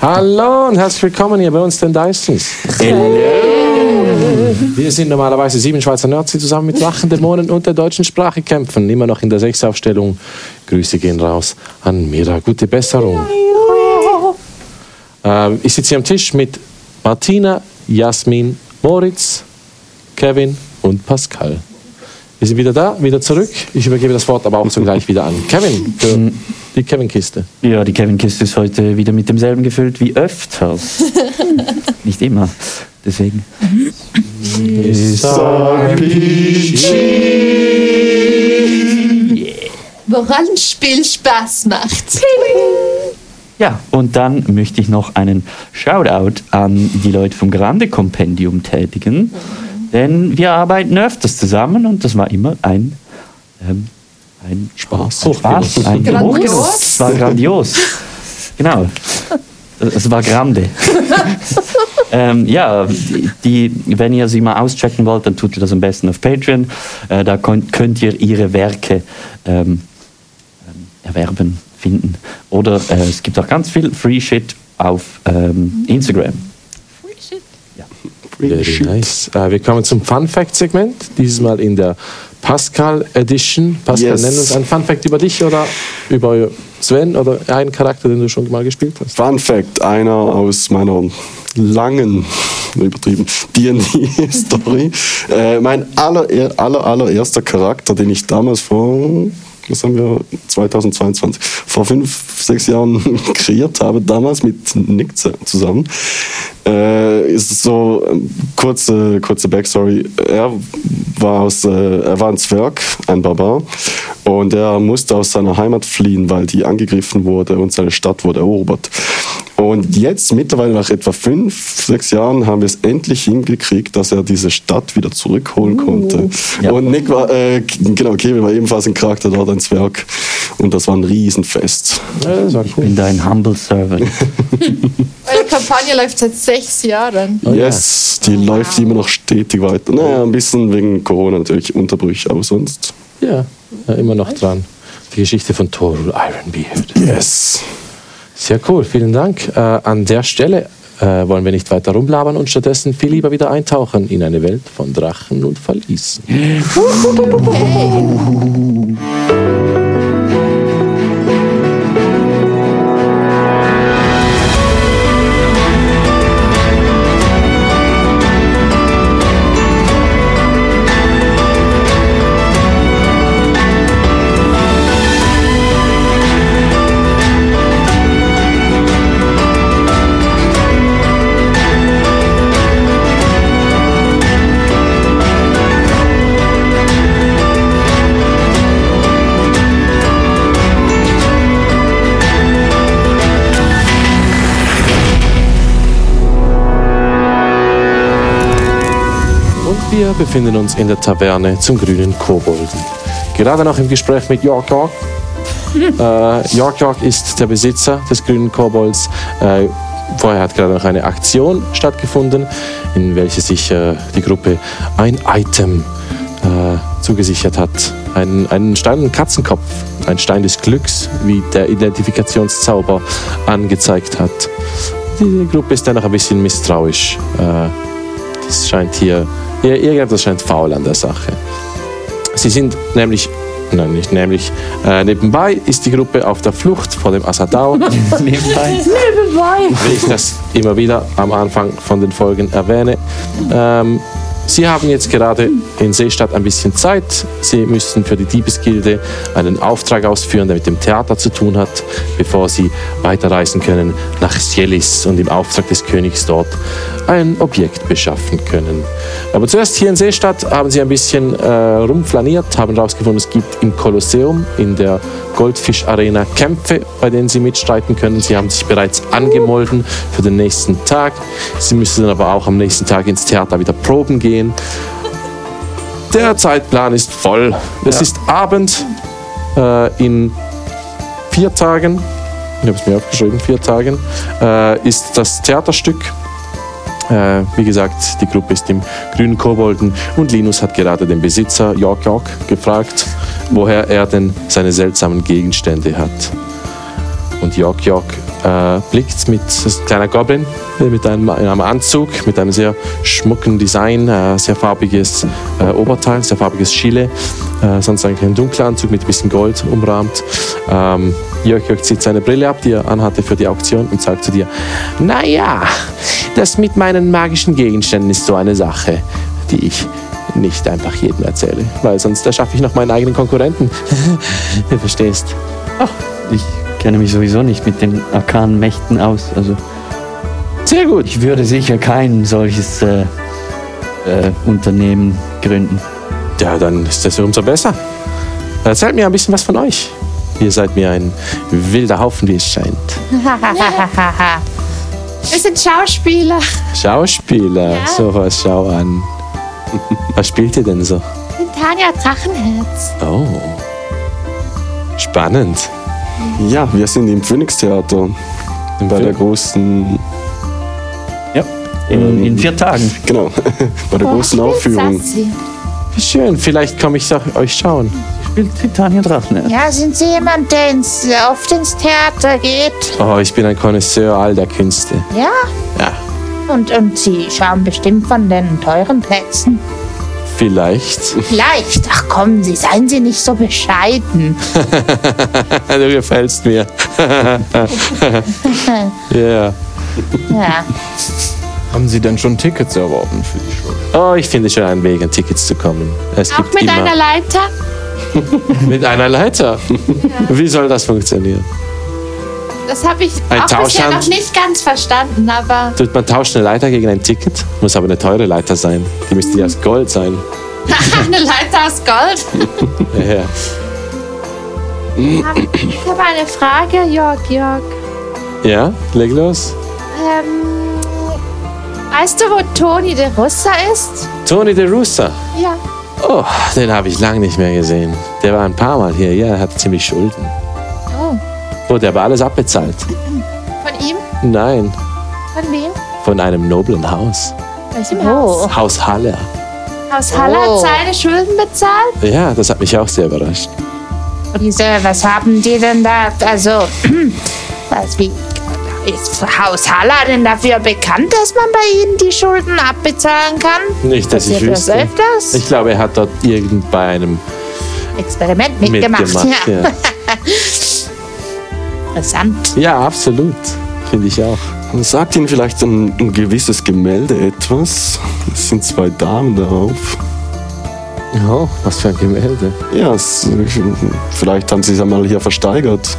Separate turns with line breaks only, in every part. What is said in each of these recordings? Hallo und herzlich willkommen hier bei uns, den Dysons. Wir sind normalerweise sieben Schweizer Nerds, die zusammen mit Lachen, Dämonen und der deutschen Sprache kämpfen. Immer noch in der Sechsaufstellung. Grüße gehen raus an Mira. Gute Besserung. Ähm, ich sitze hier am Tisch mit Martina, Jasmin, Moritz, Kevin und Pascal. Wir sind wieder da, wieder zurück. Ich übergebe das Wort aber auch sogleich wieder an Kevin für die Kevin-Kiste.
Ja, die Kevin-Kiste ist heute wieder mit demselben gefüllt wie öfters. Nicht immer. Deswegen.
Woran Spiel Spaß macht.
Ja, und dann möchte ich noch einen Shoutout an die Leute vom Grande Kompendium tätigen. Denn wir arbeiten öfters zusammen und das war immer ein, ähm, ein
Spaß.
Ein Spaß. Ein
Grandios.
Hochgenuss. Es war grandios. Genau. Es war grande. ähm, ja, die, wenn ihr sie mal auschecken wollt, dann tut ihr das am besten auf Patreon. Äh, da könnt, könnt ihr ihre Werke ähm, ähm, erwerben, finden. Oder äh, es gibt auch ganz viel Free Shit auf ähm, Instagram.
Very nice. Äh, wir kommen zum Fun Fact Segment. Dieses Mal in der Pascal Edition. Pascal,
Yes.
nenn uns einen Fun Fact über dich oder über Sven oder einen Charakter, den du schon mal gespielt hast.
Fun Fact: Einer aus meiner langen, übertrieben, DD-Story. äh, mein aller, aller, allererster Charakter, den ich damals vor, was haben wir, 2022, vor fünf, sechs Jahren kreiert habe, damals mit Nick z- zusammen, äh, ist so ähm, kurze, kurze Backstory. Er war, aus, äh, er war ein Zwerg, ein Barbar, und er musste aus seiner Heimat fliehen, weil die angegriffen wurde und seine Stadt wurde erobert. Und jetzt, mittlerweile nach etwa fünf, sechs Jahren, haben wir es endlich hingekriegt, dass er diese Stadt wieder zurückholen konnte.
Ja.
Und Nick war, äh, k- genau, Kevin war ebenfalls ein Charakter dort, ein Zwerg. Und das war ein Riesenfest.
Ja, das war
Ich bin dein Humble Servant.
Eure Kampagne läuft seit sechs Jahren.
yes, die läuft immer noch stetig weiter. Naja, ein bisschen wegen Corona natürlich, Unterbrüche, aber sonst.
Ja, äh, immer noch dran. Die Geschichte von Torul Ironbeard.
Yes.
Sehr cool, vielen Dank. Äh, an der Stelle äh, wollen wir nicht weiter rumlabern und stattdessen viel lieber wieder eintauchen in eine Welt von Drachen und Verliesen. Und wir befinden uns in der Taverne zum grünen Kobolden. Gerade noch im Gespräch mit York York. äh, York York ist der Besitzer des grünen Kobolds. Äh, vorher hat gerade noch eine Aktion stattgefunden, in welche sich äh, die Gruppe ein Item äh, zugesichert hat. Einen, einen steinernen Katzenkopf, ein Stein des Glücks, wie der Identifikationszauber angezeigt hat. Die Gruppe ist danach ein bisschen misstrauisch. Äh, es scheint hier, ir- irgendetwas scheint faul an der Sache. Sie sind nämlich, nein, nicht nämlich, äh, nebenbei ist die Gruppe auf der Flucht vor dem Asadao,
Nebenbei.
wie ich das immer wieder am Anfang von den Folgen erwähne. Ähm, Sie haben jetzt gerade in Seestadt ein bisschen Zeit. Sie müssen für die Diebesgilde einen Auftrag ausführen, der mit dem Theater zu tun hat, bevor Sie weiterreisen können nach Sielis und im Auftrag des Königs dort ein Objekt beschaffen können. Aber zuerst hier in Seestadt haben Sie ein bisschen äh, rumflaniert, haben herausgefunden, es gibt im Kolosseum, in der Goldfisch Arena Kämpfe, bei denen Sie mitstreiten können. Sie haben sich bereits angemolden für den nächsten Tag. Sie müssen dann aber auch am nächsten Tag ins Theater wieder proben gehen. Der Zeitplan ist voll. Es ist Abend äh, in vier Tagen. Ich habe es mir aufgeschrieben, vier Tagen äh, ist das Theaterstück äh, wie gesagt, die Gruppe ist im grünen Kobolden und Linus hat gerade den Besitzer York York gefragt, woher er denn seine seltsamen Gegenstände hat. Und Jörg Jörg äh, blickt mit das ist ein kleiner Goblin äh, mit einem, in einem Anzug, mit einem sehr schmucken Design, äh, sehr farbiges äh, Oberteil, sehr farbiges Chile, äh, sonst eigentlich ein dunkler Anzug mit ein bisschen Gold umrahmt. Ähm, Jörg Jörg zieht seine Brille ab, die er anhatte für die Auktion und sagt zu dir, naja, das mit meinen magischen Gegenständen ist so eine Sache, die ich nicht einfach jedem erzähle, weil sonst erschaffe ich noch meinen eigenen Konkurrenten. du verstehst.
Ich kenne mich sowieso nicht mit den arkanen Mächten aus. Also
Sehr gut.
ich würde sicher kein solches äh, äh, Unternehmen gründen.
Ja, dann ist das ja umso besser. Erzählt mir ein bisschen was von euch. Ihr seid mir ein wilder Haufen, wie es scheint.
Wir sind Schauspieler.
Schauspieler,
Ja.
sowas, schau an. Was spielt ihr denn so?
Ich bin Tanja Drachenherz.
Oh. Spannend.
Ja, wir sind im Phoenix-Theater. Bei der
Phoenix-
großen,
Ja. In, in vier Tagen.
genau, bei der großen
Boah,
Aufführung.
Sassi.
Wie schön, vielleicht komme ich doch euch schauen.
Spielt Titania Drachen.
Ja, sind Sie jemand, der ins, oft ins Theater geht?
Oh, ich bin ein Connoisseur all der Künste.
Ja.
Ja,
Und, und Sie schauen bestimmt von den teuren Plätzen.
vielleicht.
Vielleicht. Ach kommen Sie, seien Sie nicht so bescheiden.
Also, du gefällst mir. Ja.
Ja.
Haben Sie denn schon Tickets erworben für die Show?
Oh, ich finde schon einen Weg, an Tickets zu kommen. Es
Auch
gibt
mit
immer
einer Leiter.
mit einer Leiter. Wie soll das funktionieren?
Das habe ich
Ein
auch bisher
Tauschhand?
noch nicht ganz verstanden, aber
Tut man tauscht eine Leiter gegen ein Ticket? Muss aber eine teure Leiter sein. Die müsste ja aus Gold sein.
eine Leiter aus Gold.
Ja, ja.
Ich habe eine Frage, Jörg, Jörg.
ja, leg los.
Ähm, weißt du, wo Toni der Russer ist?
Tony De Russa.
Ja.
Oh, den habe ich lange nicht mehr gesehen. Der war ein paar Mal hier. Ja, er hat ziemlich Schulden.
Oh,
Wurde aber alles abbezahlt.
von ihm?
Nein,
Von wem?
von einem noblen Haus.
Welchem Haus?
Oh.
Haus Haller.
Aus Halle
Oh.
hat seine Schulden bezahlt?
Ja, das hat mich auch sehr überrascht.
Diese, was haben die denn da? Also, was wie. Ist Haus Haller denn dafür bekannt, dass man bei ihnen die Schulden abbezahlen kann?
Nicht, dass ich
Passiert das
wüsste.
öfters?
Ich glaube, er hat dort irgend bei einem
Experiment mitgemacht.
mitgemacht.
ja.
Ja,
Interessant.
ja absolut. Finde ich auch.
Sagt Ihnen vielleicht ein, ein gewisses Gemälde etwas? Es sind zwei Damen darauf.
Oh, was für ein Gemälde.
Ja, es, vielleicht haben Sie es einmal hier versteigert.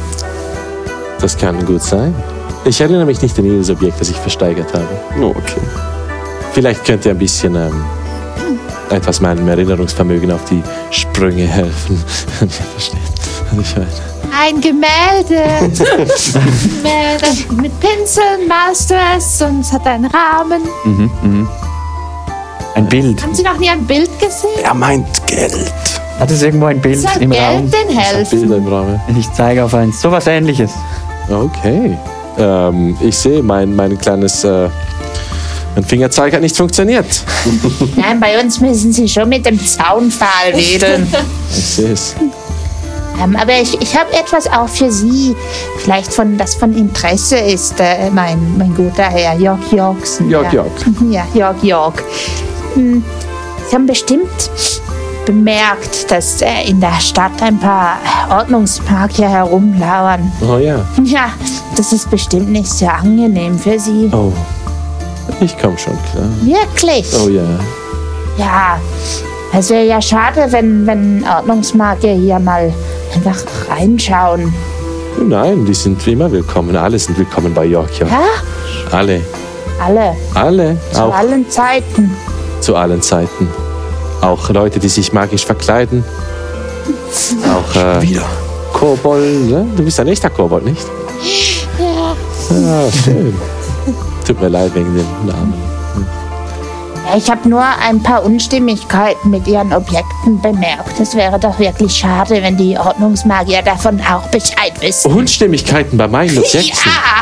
Das kann gut sein. Ich erinnere mich nicht an jedes Objekt, das ich versteigert habe.
Oh, okay.
Vielleicht könnt ihr ein bisschen ähm, etwas meinem Erinnerungsvermögen auf die Sprünge helfen. Wenn ihr versteht, was ich meine.
Ein Gemälde. Gemälde mit Pinseln, Masters und es hat einen Rahmen.
Ein Bild.
Haben Sie noch nie ein Bild gesehen?
Er meint Geld.
Hat es irgendwo ein Bild
Soll
im
Geld
Raum?
denn helfen?
Bilder im Rahmen.
Ich zeige auf eins. Sowas ähnliches.
Okay. Ähm, ich sehe, mein, mein kleines äh, mein Fingerzeig hat nicht funktioniert.
Nein, bei uns müssen Sie schon mit dem Zaunpfahl wedeln.
Ich sehe es.
ähm, aber ich, ich habe etwas auch für Sie, vielleicht von, das von Interesse ist, äh, mein, mein guter Herr Jörg Jörgsen.
Jörg
ja. Mhm,
Jörg.
Ja, Jörg Jörg. Hm, Sie haben bestimmt bemerkt, dass äh, in der Stadt ein paar Ordnungsmagier herumlauern.
Oh ja.
Ja, das ist bestimmt nicht sehr angenehm für Sie.
Oh. Ich komme schon klar.
Wirklich?
Oh ja.
Ja, es wäre ja schade, wenn, wenn Ordnungsmagier hier mal einfach reinschauen.
Nein, die sind wie immer willkommen. Alle sind willkommen bei York, ja.
Ja,
Alle.
alle,
Alle.
zu
Auch
allen Zeiten.
zu allen Zeiten. Auch Leute, die sich magisch verkleiden. Auch äh, wieder. Kobolde. Du bist ein echter Kobold, nicht? Ja. Ah, schön. Tut mir leid wegen dem Namen.
Ja, ich habe nur ein paar Unstimmigkeiten mit ihren Objekten bemerkt. Es wäre doch wirklich schade, wenn die Ordnungsmagier davon auch Bescheid wissen.
Unstimmigkeiten bei meinen Objekten.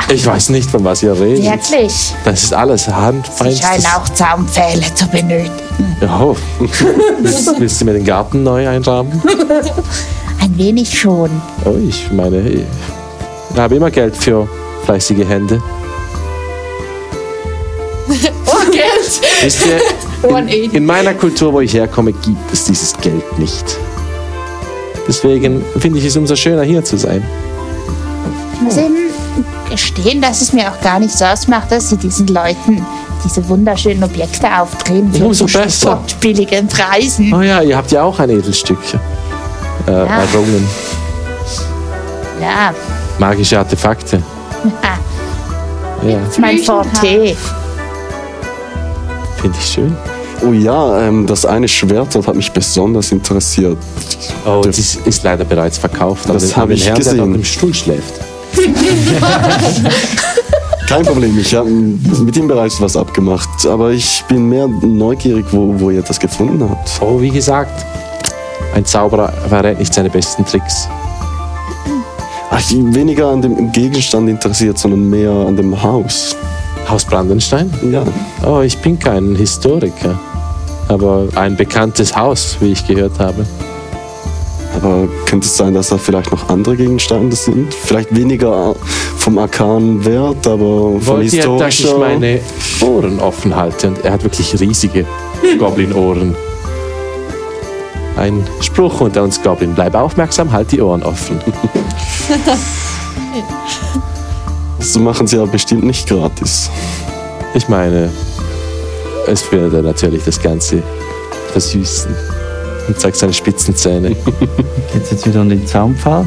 Ja.
Ich weiß nicht, von was ihr redet.
Wirklich?
Das ist alles
Sie
handfein.
scheinen auch Zaumpfähle zu benötigen.
Oh. willst, willst du mir den Garten neu einrahmen?
Ein wenig schon.
Oh, ich meine, habe immer Geld für fleißige Hände.
Oh, Geld.
Wisst ihr, in,
180.
in meiner Kultur, wo ich herkomme, gibt es dieses Geld nicht. Deswegen finde ich es umso schöner, hier zu sein.
muss eben gestehen, dass es mir auch gar nichts ausmacht, dass sie diesen Leuten diese wunderschönen Objekte aufdrehen. für
Umso
die Stadt
besser.
billigen Preisen.
Oh ja, ihr habt ja auch ein Edelstückchen äh, errungen.
Ja,
Magische Artefakte. ja,
mein
Blütenhaar.
Forte.
finde ich schön.
Oh ja, ähm, das eine Schwert dort hat mich besonders interessiert.
Oh, das ist, ist leider bereits verkauft. an
Das
den- an
habe
den
ich
Herrn, Der
gesehen.
dort im Stuhl schläft.
Kein Problem, ich habe mit ihm bereits was abgemacht, aber ich bin mehr neugierig, wo, wo ihr das gefunden habt.
Oh, wie gesagt, ein Zauberer verrät nicht seine besten Tricks.
Ach, ich bin weniger an dem Gegenstand interessiert, sondern mehr an dem Haus.
Haus Brandenstein?
Ja,
Oh, ich bin kein Historiker. Aber ein bekanntes Haus, wie ich gehört habe.
aber könnte es sein, dass da vielleicht noch andere Gegenstände sind? Vielleicht weniger vom arkanen Wert, aber vom
Wollt ihr, dass ich
historischer...
meine Ohren offen halte? Und er hat wirklich riesige Goblin-Ohren. Ein Spruch unter uns Goblin. Bleib aufmerksam, halt die Ohren offen.
Das machen sie ja bestimmt nicht gratis.
Ich meine, es würde er natürlich das Ganze versüßen. Und zeigt seine spitzen Zähne.
Geht's jetzt wieder an den Zaunpfahl?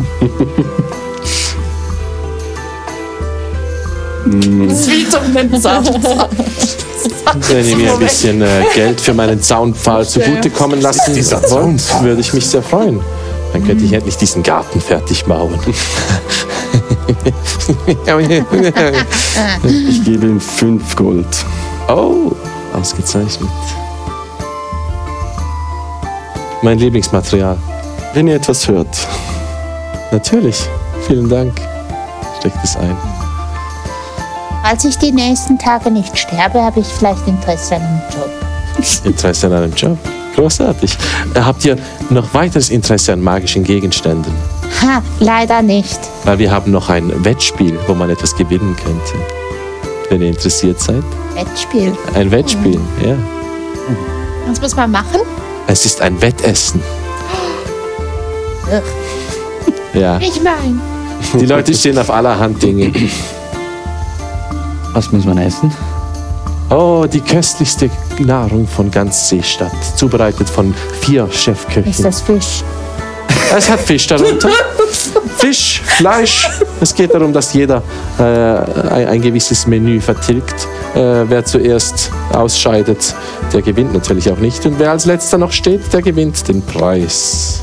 Wenn ihr mir ein bisschen äh, Geld für meinen Zaunpfahl zugutekommen lassen wollt, würde ich mich sehr freuen. Dann könnte ich endlich diesen Garten fertig bauen.
Ich gebe ihm fünf Gold.
Oh, ausgezeichnet. Mein Lieblingsmaterial.
Wenn ihr etwas hört,
Natürlich. Vielen Dank. Steckt es ein.
Falls ich die nächsten Tage nicht sterbe, habe ich vielleicht Interesse an einem Job.
Interesse an einem Job. Großartig. Äh, Habt ihr noch weiteres Interesse an magischen Gegenständen?
Ha, leider nicht.
Weil wir haben noch ein Wettspiel, wo man etwas gewinnen könnte. Wenn ihr interessiert seid.
Wettspiel.
Ein Wettspiel, ja.
Was muss man machen?
Es ist ein Wettessen. Ja,
Ich meine,
die Leute stehen auf allerhand Dinge.
Was muss man essen?
Oh, die köstlichste Nahrung von ganz Seestadt. Zubereitet von vier
Ist
Chefköchen.
das Fisch?
Es hat Fisch darunter. Fisch, Fleisch. Es geht darum, dass jeder äh, ein, ein gewisses Menü vertilgt. Äh, wer zuerst ausscheidet, der gewinnt natürlich auch nicht. Und wer als letzter noch steht, der gewinnt den Preis.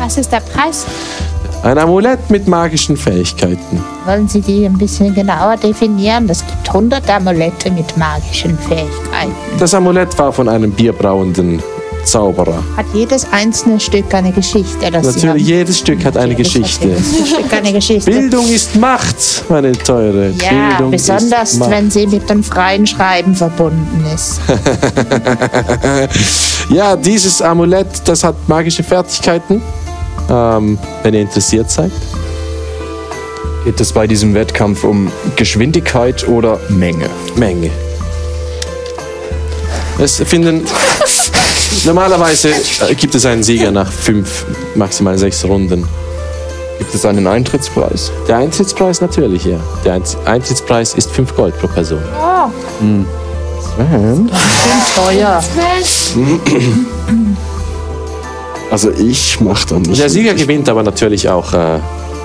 Was ist der Preis?
Ein Amulett mit magischen Fähigkeiten.
Wollen Sie die ein bisschen genauer definieren? Es gibt 100 Amulette mit magischen Fähigkeiten.
Das Amulett war von einem bierbrauenden Zauberer.
Hat jedes einzelne Stück eine Geschichte? Das Sie
Natürlich,
haben?
jedes Stück hat eine
Jedes hat
Geschichte.
jedes Stück eine Geschichte.
Bildung ist Macht, meine teure.
Ja,
Bildung
besonders
ist Macht.
wenn sie mit dem freien Schreiben verbunden ist.
Ja, dieses Amulett, das hat magische Fertigkeiten. Ähm, wenn ihr interessiert seid.
Geht es bei diesem Wettkampf um Geschwindigkeit oder Menge?
Menge. Es finden. normalerweise äh, gibt es einen Sieger nach fünf, maximal sechs Runden.
Gibt es einen Eintrittspreis?
Der Eintrittspreis natürlich, ja. Der Einz- Eintrittspreis ist fünf Gold pro Person.
Teuer.
also ich mach dann nicht.
Der Sieger gewinnt aber natürlich auch äh,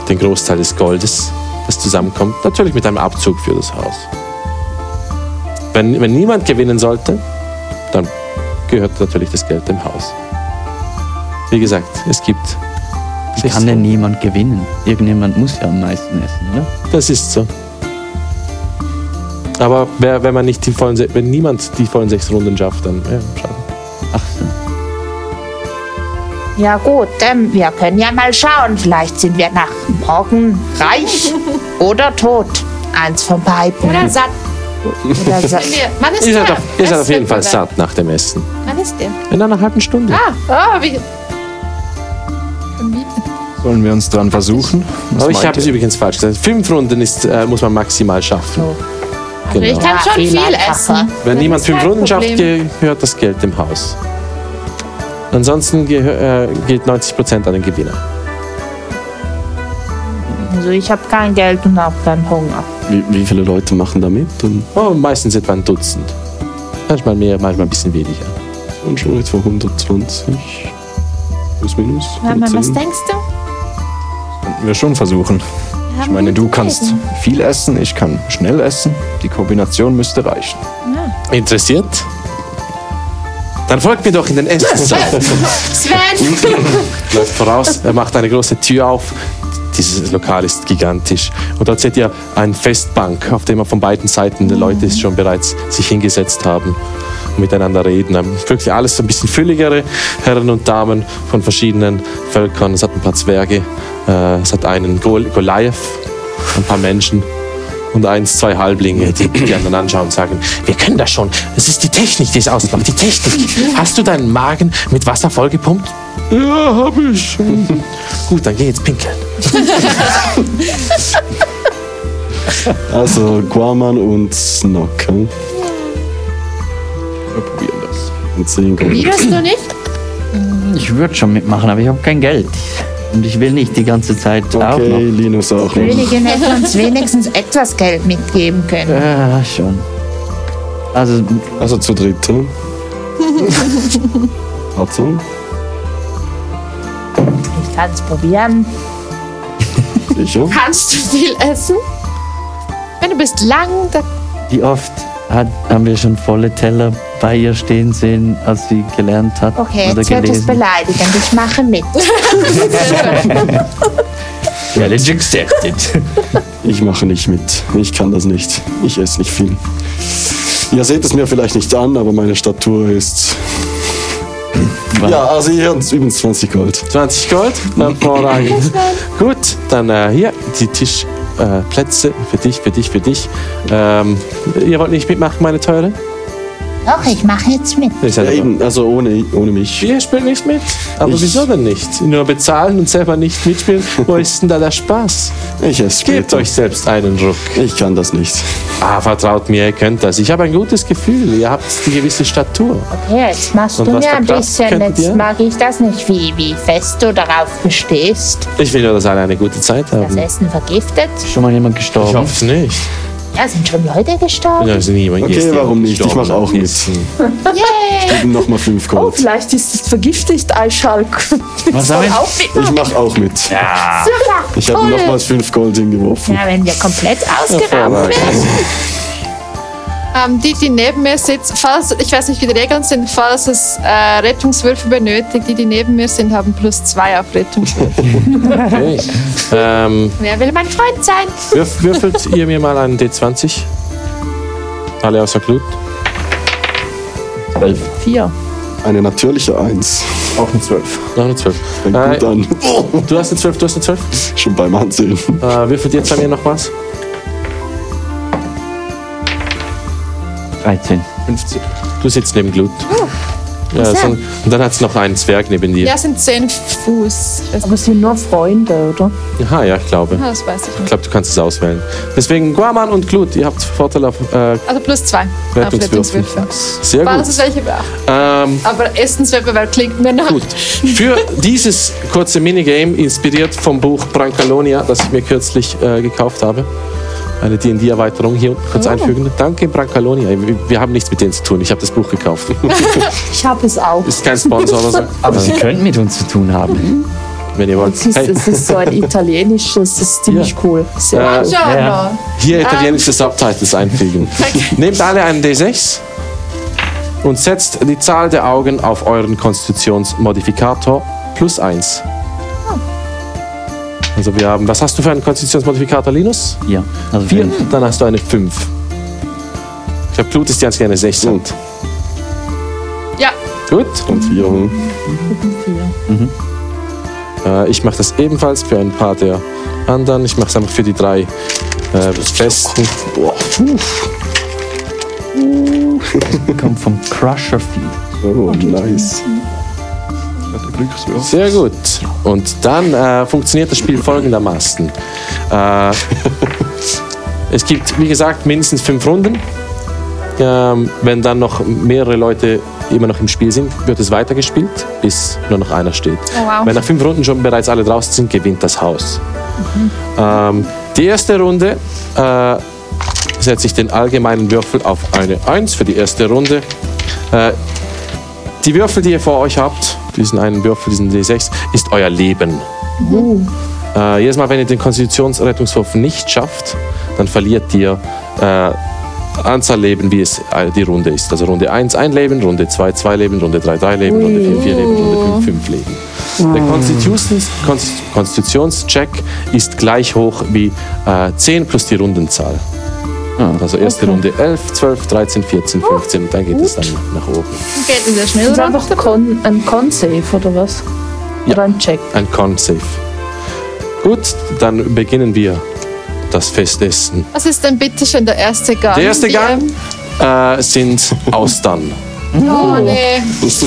den Großteil des Goldes, das zusammenkommt. Natürlich mit einem Abzug für das Haus. Wenn, wenn niemand gewinnen sollte, dann gehört natürlich das Geld dem Haus. Wie gesagt, es gibt.
Wie kann denn niemand gewinnen? Irgendjemand muss ja am meisten essen, oder?
Das ist so. Aber wer, wenn man nicht die vollen, se- wenn niemand die vollen sechs Runden schafft, dann ja, schade.
Ach so.
Ja gut, ähm, wir können ja mal schauen. Vielleicht sind wir nach morgen reich oder tot. Eins von beiden.
oder satt.
Oder so.
Nee, Man ist
Ihr seid
ja.
halt auf, ihr seid
Es
auf jeden
wird
Fall
wieder.
satt nach dem Essen.
Man ist der. oh,
Genau. In einer halben Stunde.
Ah, oh, wie.
Wollen wir uns dran versuchen? Was
Aber ich
meint
habe es
ihr?
übrigens falsch gesagt. Fünf Runden ist, äh, muss man maximal schaffen.
Ich
Genau.
kann schon
viel
viel
einfacher.
essen.
Wenn niemand
ist kein
fünf Runden schafft,
Problem.
ge- gehört das Geld dem Haus. Ansonsten gehö- äh, geht 90% an den Gewinner.
Also ich habe kein Geld und auch keinen Hunger.
Wie, wie viele Leute machen da mit? Und,
Oh, meistens etwa ein Dutzend. Manchmal mehr, manchmal ein bisschen weniger.
und schon etwa 120. Plus minus.
Mama, was
110.
denkst du?
Könnten wir schon versuchen. Ich meine, du kannst viel essen, ich kann schnell essen. Die Kombination müsste reichen.
Interessiert? Dann folgt mir doch in den Essenssaal.
Sven!
läuft voraus, er macht eine große Tür auf. Dieses Lokal ist gigantisch. Und dort seht ihr eine Festbank, auf der man von beiden Seiten die Leute schon bereits sich hingesetzt haben und miteinander reden. Ähm, Wirklich alles so ein bisschen fülligere Herren und Damen von verschiedenen Völkern. Es hat ein paar Zwerge, äh, es hat einen Gol Goliath, ein paar Menschen und eins, zwei Halblinge, die die anderen anschauen und sagen, wir können das schon. Es ist die Technik, die es ausmacht. Die Technik. Hast du deinen Magen mit Wasser vollgepumpt? Ja, hab ich. Gut, dann geh jetzt pinkeln.
Also Guaman und Snock. hm?
Wir probieren das.
Und zehn Gold.
Liebst du nicht?
Ich würde schon mitmachen, aber ich habe kein Geld. Und ich will nicht die ganze Zeit auch
Okay,
noch.
Linus auch noch.
Königin hätte uns wenigstens etwas Geld mitgeben können.
Ja, Ah, schon. Also,
Also zu dritt. hm? Warte,
Ich kann es probieren.
sicher.
Kannst du viel essen? Wenn du bist lang, da
wie oft hat, haben wir schon volle Teller bei ihr stehen sehen, als sie gelernt hat
Okay,
oder
jetzt wird es
gelesen?
beleidigend. Ich mache mit.
Challenge accepted.
Ich mache nicht mit. Ich kann das nicht. Ich esse nicht viel. Ihr seht es mir vielleicht nicht an, aber meine Statur ist. Ja, also hier haben es übrigens 20 Gold.
20 Gold. Hervorragend. Gut, dann äh, hier die Tischplätze äh, Plätze für dich, für dich, für dich. Ähm, ihr wollt nicht mitmachen, meine Teure?
Doch, ich mache jetzt mit.
Ihr seid
Ja,
aber-
eben, also ohne, ohne mich.
Ihr spielt nicht mit? Aber
Ich-
wieso denn nicht? Nur bezahlen und selber nicht mitspielen? Wo ist denn da der Spaß?
Ich esse
Gebt
später.
euch selbst einen Ruck.
Ich kann das nicht.
Ah, vertraut mir, ihr könnt das. Ich habe ein gutes Gefühl. Ihr habt eine gewisse Statur.
Okay, jetzt machst
Und
du
was
mir
für
ein
Platz
bisschen.
könntet
Jetzt
ihr?
mag ich das nicht, wie, wie fest du darauf bestehst.
Ich will nur, dass alle eine gute Zeit
Das
haben.
Essen vergiftet.
schon mal jemand
Ich
gestorben?
hoffe es nicht.
Ja, sind schon Leute gestorben.
Ja, also niemand
Okay,
gestern
warum nicht? Ich
gestorben
mach auch
am
mit.
Essen.
Yay!
Nochmal 5
Oh,
Gold.
vielleicht ist es vergiftigt, Eischalk.
Was soll ich?
Auf mit- Oh,
Ich mache auch mit.
Ah,
Ich habe nochmals 5 Gold hingeworfen.
Ja, wenn wir komplett ausgeraubt werden.
Ähm, die, die neben mir sitzt, falls, ich weiß nicht, wie die Regeln sind, falls es äh, Rettungswürfe benötigt, die, die neben mir sind, haben plus zwei auf Rettung.
Okay. ähm,
Wer will mein Freund sein?
würf, würfelt ihr mir mal einen D20? Alle außer Glut.
Vier.
Eine natürliche 1.
Auch ein 12.
Noch eine 12.
Fängt gut
Äh,
an. Oh,
du hast eine 12, du hast eine 12.
schon beim Ansehen.
Äh, würfelt jetzt bei mir noch was?
13.
15.
Du sitzt neben Glut. Ja, so, und dann hat es noch einen Zwerg neben dir.
Ja, sind zehn Fuß. Das,
Aber es sind nur Freunde, oder?
Aha, ja, ich glaube.
das weiß ich
Ich
nicht.
glaube, du kannst es auswählen. Deswegen Guaman und Glut, ihr habt Vorteil auf äh,
Also plus zwei auf
Rettungswürfen.
Rettungswürfe.
Sehr
War das
gut.
ist welche?
Ähm,
Aber Essenswettbewerb klingt mir nach.
Gut. Für dieses kurze Minigame, inspiriert vom Buch Brancalonia, das ich mir kürzlich äh, gekauft habe. Eine DD-Erweiterung hier unten
Oh.
kurz einfügen. Danke, Brancalonia. Wir haben nichts mit denen zu tun. Ich habe das Buch gekauft.
Ich habe es auch.
Ist kein Sponsor oder so.
Aber Also, sie Mhm. könnten mit uns zu tun haben.
wenn ihr wollt.
Es ist,
Hey,
es ist so ein italienisches, es ist ziemlich cool. Sehr
äh,
Giorno.
hier italienische Subtitles einfügen. Nehmt alle einen D6 und setzt die Zahl der Augen auf euren Konstitutionsmodifikator plus 1. Also wir haben, was hast du für einen Konstitutionsmodifikator, Linus?
Ja, also
Vier,
wenn-
dann hast du eine 5. Ich glaube, Blut ist die einzige, die eine 6 hat.
Ja,
Gut. Mhm.
Und 4. hm?
Äh, ich mache das ebenfalls für ein paar der anderen. Ich mache es einfach für die drei äh, Besten.
Boah, uff.
kommt vom Crusher Feed.
Oh, nice. Glückswürfel.
Sehr gut. Und dann äh, funktioniert das Spiel folgendermaßen. Äh, es gibt, wie gesagt, mindestens fünf Runden. Ähm, wenn dann noch mehrere Leute immer noch im Spiel sind, wird es weitergespielt, bis nur noch einer steht.
Oh, wow.
Wenn nach fünf Runden schon bereits alle draußen sind, gewinnt das Haus. Ähm, die erste Runde äh, setze ich den allgemeinen Würfel auf eine 1 für die erste Runde. Äh, die Würfel, die ihr vor euch habt, diesen einen Würfel, diesen D6, ist euer Leben. Äh, jedes Mal, wenn ihr den Konstitutionsrettungswurf nicht schafft, dann verliert ihr äh, Anzahl Leben, wie es äh, die Runde ist. Also Runde 1 ein Leben, Runde 2 zwei Leben, Runde 3 drei Leben, Runde 4 vier Leben, Runde 5 fünf Leben. Der Konstitutions- Konst- Konstitutionscheck ist gleich hoch wie äh, 10 plus die Rundenzahl. Also erste Runde 11, 12, 13, 14, 15 und dann geht es dann nach oben.
Geht in der
Ist
Schnellrunde.
einfach Con, ein Con-Safe oder was? Oder ein Check.
Ein Con-Safe. Gut, dann beginnen wir das Festessen.
Was ist denn bitte schon der erste Gang?
Der erste
Die,
Gang
ähm,
äh, sind Austern.
Oh, nee.
es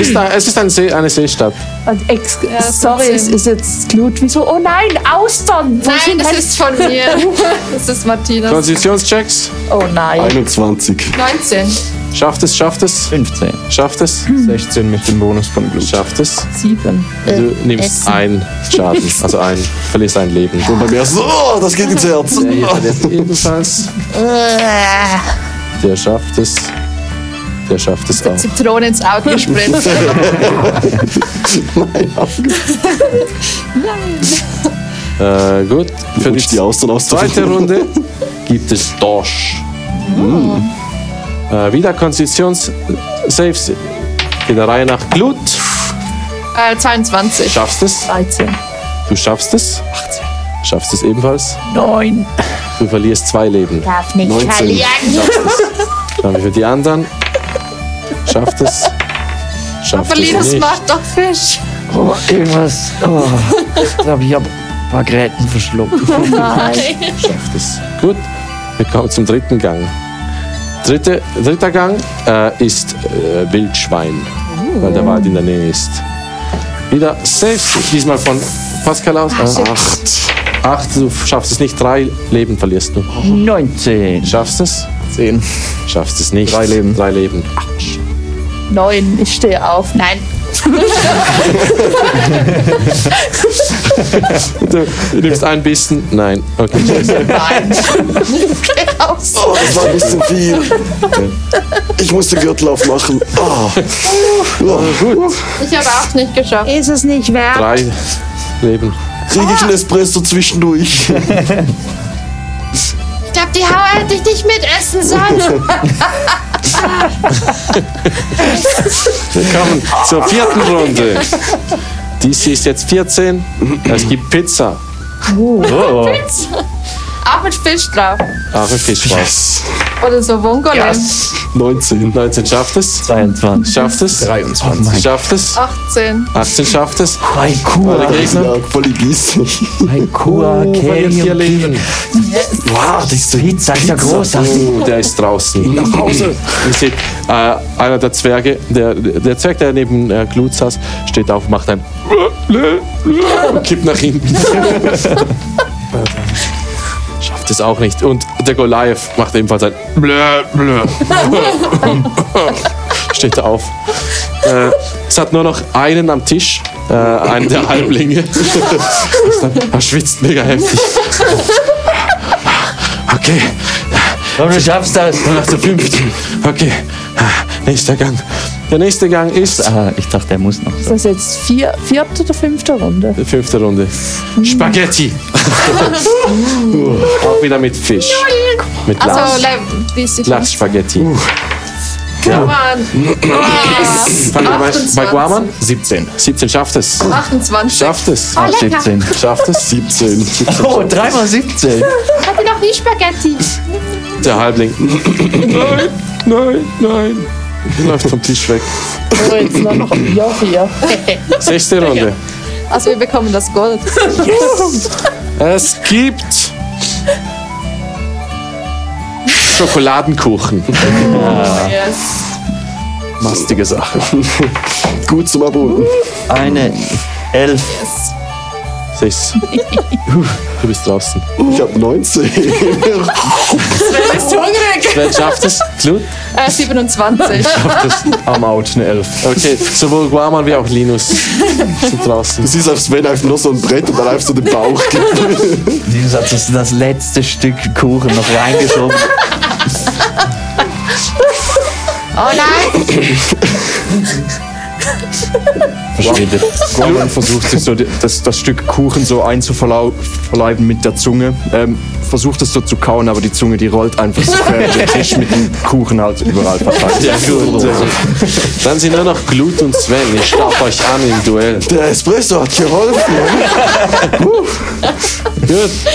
ist, ein, es ist ein See, eine Seestadt.
Und ex äh,
Ja,
sorry, es
trotzdem.
ist jetzt Glut. Wieso? Oh nein, Austern! Wo
Nein,
sind
das
meine-
ist von mir. Das ist Martinas.
Konstitutionschecks.
Oh nein.
21.
19.
Schafft es, schafft es,
15.
schafft es,
16 mit dem Bonus von Blut.
schafft es.
Sieben.
Du nimmst ein Schaden, also ein, verlierst ein Leben.
Und bei mir so, oh, das geht ins Herz.
Der hier verliert ebenfalls. Der schafft es. Der schafft es auch.
Zitrone ins Auge gespritzt.
Äh, gut, für die
Rutsch die Austern aus der
zweite
Figur.
Runde gibt es Dorsch. Äh, wieder Konstitutions-Saves in der Reihe nach Glut.
äh, 22.
Schaffst es?
13.
Du schaffst es. Schaffst es ebenfalls.
Neun.
Du verlierst zwei Leben.
Darf nicht
19.
verlieren.
Schauen wir für die anderen. Schafft es. Schafft es
Verlinas
nicht.
macht doch Fisch.
Oh, irgendwas. Oh, ich glaube, ich habe ein paar Gräten verschluckt.
Schafft es. Gut, wir kommen zum dritten Gang. Dritte, dritter Gang äh, ist äh, Wildschwein, weil der Wald in der Nähe ist. Wieder safe, diesmal von Pascal aus. Äh,
Acht.
acht, du schaffst es nicht, drei Leben verlierst du.
Oh.
19.
Schaffst es?
10.
Schaffst es nicht.
Drei Leben.
Drei Leben.
Neun. Ich stehe auf. Nein.
Du nimmst ein bisschen. Nein, okay.
Oh, das war ein bisschen viel. Ich muss den Gürtel aufmachen. Oh. Gut.
Ich habe auch nicht geschafft.
Ist es nicht wert?
Drei Leben.
Kriege
Ah.
ich einen Espresso zwischendurch?
Ich glaube, die Hauer hätte ich nicht mitessen sollen.
Willkommen zur vierten Runde. Dies ist jetzt 14. Es gibt Pizza.
Oh.
Auch mit Fisch drauf.
Aachen Fischfleisch.
Oder so Wongolem.
19.
19 schafft es.
22.
Schafft es.
Oh
23.
Schafft es.
18.
18 schafft es.
Haikua.
Der Gegner. Oh,
Ja, voll gießig.
Haikua.
Verliert vier Leben.
Wow, das ist so
Pizza ist ja großartig.
Oh, der ist draußen. Nach Hause. Ihr seht, äh, einer der Zwerge, der, der Zwerg, der neben äh, Glut saß, steht auf, macht ein und kippt nach hinten. Schafft es auch nicht. Und der Goliath macht ebenfalls ein blö, blö. Steht da auf. Äh, es hat nur noch einen am Tisch, äh, einen der Halblinge. er schwitzt mega heftig. Okay,
Komm, du schaffst das.
nur nach der fünften. Okay, nächster Gang. Der nächste Gang ist
Ah, ich dachte, er muss noch.
Ist das jetzt vier, vierte oder fünfte Runde?
die fünfte Runde. Spaghetti. Auch wieder mit Fisch. Mit
Also,
Lachs.
Lem, die ist die
Lachs-Spaghetti.
Come on.
Fangen wir bei, bei
28.
Guaman.
17.
17 schafft es.
Ah. 28.
Schafft es.
Ah, 17.
Schafft es.
17.
Oh, dreimal 17.
Hatte noch nie Spaghetti.
Der Halbling. Nein, nein, nein. Läuft vom Tisch weg.
Oder jetzt nur noch ja, vier.
Sechste Runde.
Also, wir bekommen das Gold.
Es gibt Schokoladenkuchen.
Yes.
Mastige Sache.
Gut zum Abrunden.
Eine Elf.
Yes.
Sechs. Du bist draußen.
Ich habe 19.
Sven ist hungrig.
Wer schafft es? Glut?
Äh, 27.
Am Out, eine Elf.
Okay, sowohl Guaman wie auch Linus sind draußen.
Du siehst auf Sven einfach nur so ein Brett und dann einfach so den Bauch.
Linus hat das, das letzte Stück Kuchen noch reingeschoben.
Oh nein,
Verschwindet. Gorman versucht sich so die- das, das Stück Kuchen so einzuverleiben mit der Zunge. Ähm, versucht es so zu kauen, aber die Zunge, die rollt einfach so quer über den Tisch mit dem Kuchen halt überall verteilt.
Ja, gut. sehr gut. Dann sind nur noch Glut und Sven. Ich starb euch an im Duell.
Der Espresso hat geholfen.
Gut,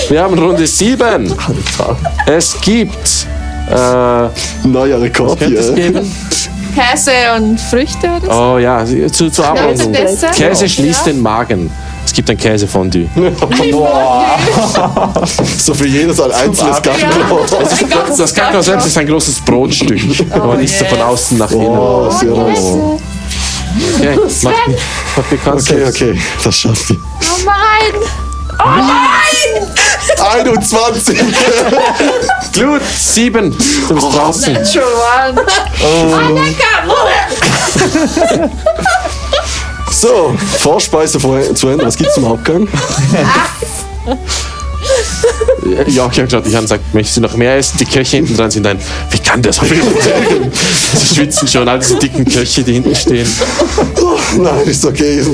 wir haben Runde 7. Es gibt. Äh,
Neuer Rekord
könnte es
hier.
geben?
Käse und Früchte oder so.
Oh ja, zu, zur Abrundung.
besser.
Käse schließt den Magen. Es gibt ein Käsefondue.
So für jedes ein einzelnes Gabel.
Ein ganzes
Das Kakao selbst ist ein großes Brotstück, aber nicht so von
yes.
außen nach innen.
Oh, sehr nice.
Okay, mach, mach die Quanz
Okay,
jetzt.
okay, das schafft ihr.
Oh nein!
21!
Glut, sieben. Du bist draußen.
Schon mal. Ah, Oh.
So, Vorspeise vor- zu Ende. Was gibt's zum Hauptgang?
Ja, ich habe gerade die Hand sagt, möchtest du noch mehr essen? Die Köche hinten dran sind ein, wie kann das bitte? Sie schwitzen schon, all diese dicken Köche, die hinten stehen.
Nein, ist okay.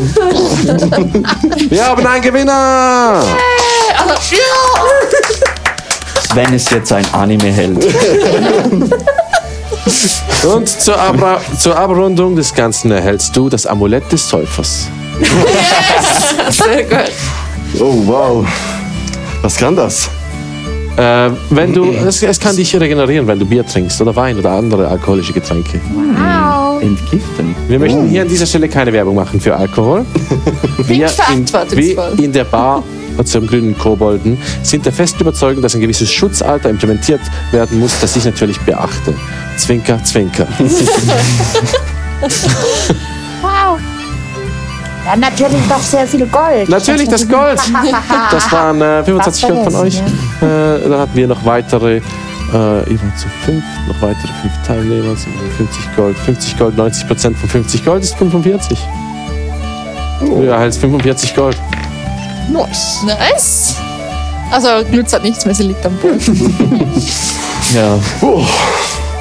Wir haben einen Gewinner!
Sven ist jetzt ein Anime-Held.
Und zur, Abra zur Abrundung des Ganzen erhältst du das Amulett des Säufers.
Sehr gut.
Oh, wow. Was kann das?
Äh, wenn du, es, es kann dich regenerieren, wenn du Bier trinkst oder Wein oder andere alkoholische Getränke.
Entgiften.
Wir
Oh.
möchten hier an dieser Stelle keine Werbung machen für Alkohol. Wir in,
verantwortungsvoll.
wie in der Bar zum grünen Kobolden sind der festen Überzeugung, dass ein gewisses Schutzalter implementiert werden muss, das ich natürlich beachte. Zwinker, zwinker.
dann natürlich doch sehr viel Gold.
Natürlich das Gold. Das waren äh, 25 Gold von euch. Äh, dann hatten wir noch weitere, äh, ihr wart zu fünf, noch weitere fünf Teilnehmer, sind 50 Gold. 50 Gold, 90 Prozent von 50 Gold ist 45.
Oh.
Ja, halt 45 Gold.
Nice. Nice. Also, Glutz hat nichts mehr, sie liegt am Boden.
Ja.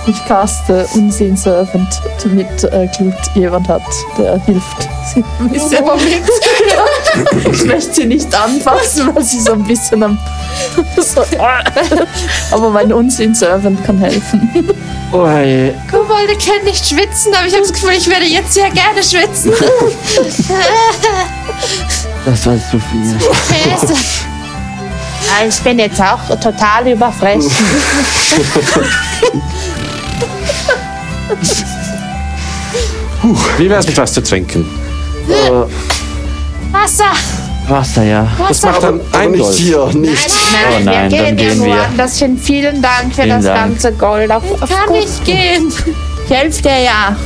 Ich caste Unseen Servant, damit äh, Glut jemand hat, der hilft. Sie ein bisschen
Oh.
Ich möchte sie nicht anfassen, weil sie so ein bisschen am. So, aber mein Unseen Servant kann helfen.
Oh, hey.
Kobolde können nicht schwitzen, aber ich habe das Gefühl, ich werde jetzt sehr gerne schwitzen.
Das war zu viel.
Käse.
Ah, Ich bin jetzt auch total überfressen.
Wie wär's mit was zu trinken?
Wasser.
Wasser, ja.
Das macht dann
Aber
ein
nicht
Gold.
hier, nicht.
Nein,
Oh nein,
wir
dann
gehen
gehen
irgendwo
wir.
anders hin. Vielen Dank für
Vielen
das
Dank.
ganze Gold. Auf, auf
Kann
gut.
nicht gehen.
Ich helfe dir ja.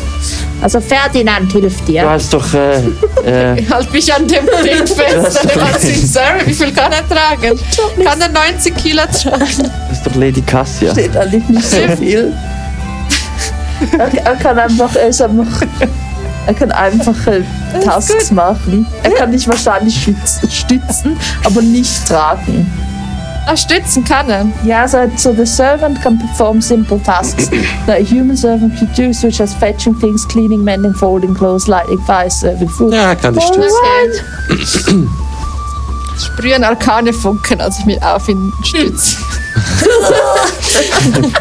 Also Ferdinand hilft
Du
dir.
hast doch. Äh, äh,
Halt mich an dem Ding fest, an dem Anziehen. Sorry, wie viel kann er tragen? Kann er 90 Kilo tragen?
du hast doch Lady Cassia.
Steht eigentlich nicht so viel. Er, er kann einfach, er ist einfach. Er kann einfache Tasks machen. Er kann dich wahrscheinlich schütz- stützen, aber nicht tragen.
Ah, stützen kann er.
Yeah, so, so the servant can perform simple tasks that a human servant could do, such as fetching things, cleaning, mending, folding clothes, lighting fires, serving food.
Ja, kann ich stützen.
Okay. Sprühen arkane Funken, als ich also mich auf ihn stütze.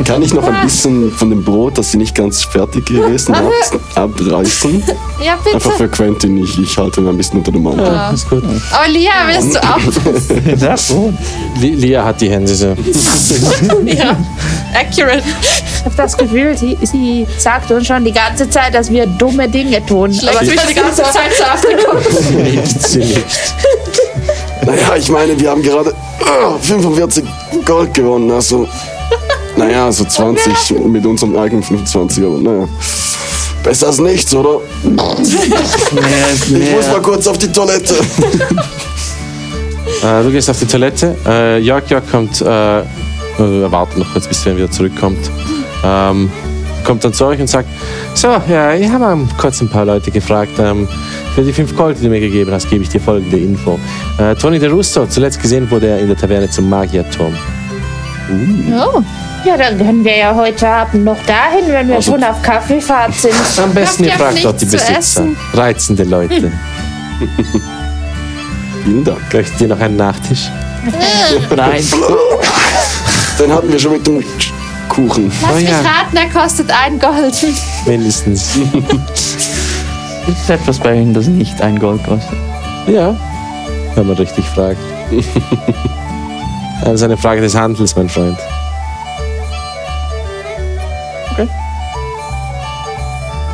Kann ich noch ein bisschen von dem Brot, das ihr nicht ganz fertig gegessen habt, abreißen?
Ja,
Einfach
bitte.
für Quentin, ich, ich halte ihn ein bisschen unter dem Mantel.
Ja, ist gut.
Aber Lia, willst du ab?
Ja, schon.
Li- Lia hat die Hände so.
ja. Accurate.
Ich habe das Gefühl, sie, sie sagt uns schon die ganze Zeit, dass wir dumme Dinge tun.
Schlägt mich die ganze Zeit so auf den Kopf.
Naja, ich meine, wir haben gerade äh, 45 Gold gewonnen, also. Naja, so 20 mit unserem eigenen 25, aber naja. Besser als nichts, oder? Ich muss mal kurz auf die Toilette.
Äh, du gehst auf die Toilette. Äh, Jörg, Jörg kommt, äh, äh, wir warten noch kurz, bis er wieder zurückkommt. Ähm, kommt dann zu euch und sagt, so, ja, ich habe ähm, kurz ein paar Leute gefragt, ähm, für die fünf Gold, die du mir gegeben hast, gebe ich dir folgende Info. Äh, Tony de Russo, zuletzt gesehen wurde er in der Taverne zum Magierturm.
Oh,
Ja, dann können wir ja heute Abend noch dahin, wenn
Also-
wir schon auf Kaffeefahrt sind.
Am besten, ihr
ihr
fragt dort die
nichts zu
Besitzer.
essen?
Reizende Leute.
Vielen Dank.
Möchtet ihr noch einen Nachtisch?
Nein.
Den hatten wir schon mit dem Kuchen.
lass
Oh
mich
ja.
raten, er kostet ein Gold.
Mindestens.
Gibt es etwas bei Ihnen, das nicht ein Gold kostet?
Ja, wenn man richtig fragt. Das ist eine Frage des Handels, mein Freund.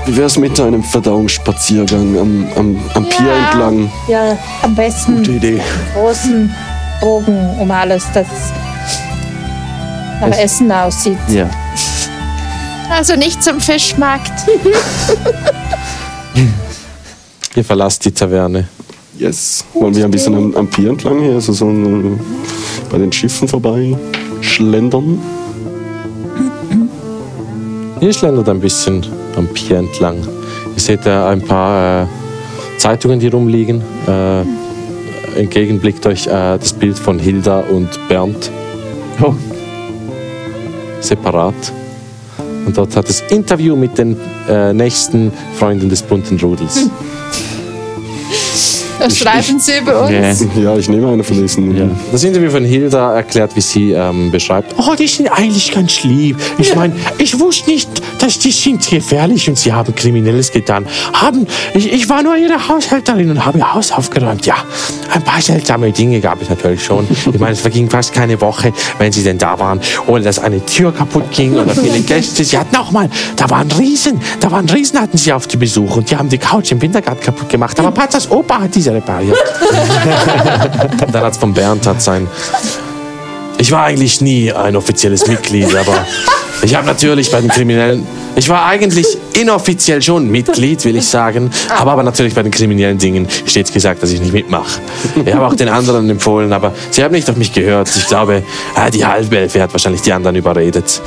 Wie wär's mit einem Verdauungsspaziergang am, am, am Pier
Ja.
entlang?
Ja, am besten
Gute Idee.
großen Bogen um alles, das
Also-
nach Essen aussieht.
Ja.
Also nicht zum Fischmarkt.
Ihr verlasst die Taverne.
Yes. Wollen wir ein bisschen am, am Pier entlang hier, also so äh, bei den Schiffen vorbei schlendern?
Ihr schlendert ein bisschen am Pier entlang. Ihr seht da ein paar äh, Zeitungen, die rumliegen. Äh, entgegenblickt euch äh, das Bild von Hilda und Bernd
Oh,
separat. Und dort hat das Interview mit den äh, nächsten Freunden des bunten Rudels.
Das schreiben sie über uns.
nee.
Ja, ich nehme eine von diesen.
Ja.
Das Interview von Hilda erklärt, wie sie ähm, beschreibt. Oh, die sind eigentlich ganz lieb. Ich meine, ich wusste nicht, dass die sind gefährlich und sie haben Kriminelles getan. Haben, ich, ich war nur ihre Haushälterin und habe ihr Haus aufgeräumt. Ja, ein paar seltsame Dinge gab es natürlich schon. Ich meine, es verging fast keine Woche, wenn sie denn da waren, ohne dass eine Tür kaputt ging oder viele Gäste. Sie hatten auch mal, da waren Riesen, da waren Riesen hatten sie auf die Besuch und die haben die Couch im Wintergarten kaputt gemacht. Aber Patzers Opa hat diese repariert. Und dann hat's von Bernd hat sein. Ich war eigentlich nie ein offizielles Mitglied, aber ich habe natürlich bei den Kriminellen. Ich war eigentlich inoffiziell schon Mitglied, will ich sagen, habe aber natürlich bei den kriminellen Dingen stets gesagt, dass ich nicht mitmache. Ich habe auch den anderen empfohlen, aber sie haben nicht auf mich gehört. Ich glaube, ah, die Halbelfe hat wahrscheinlich die anderen überredet.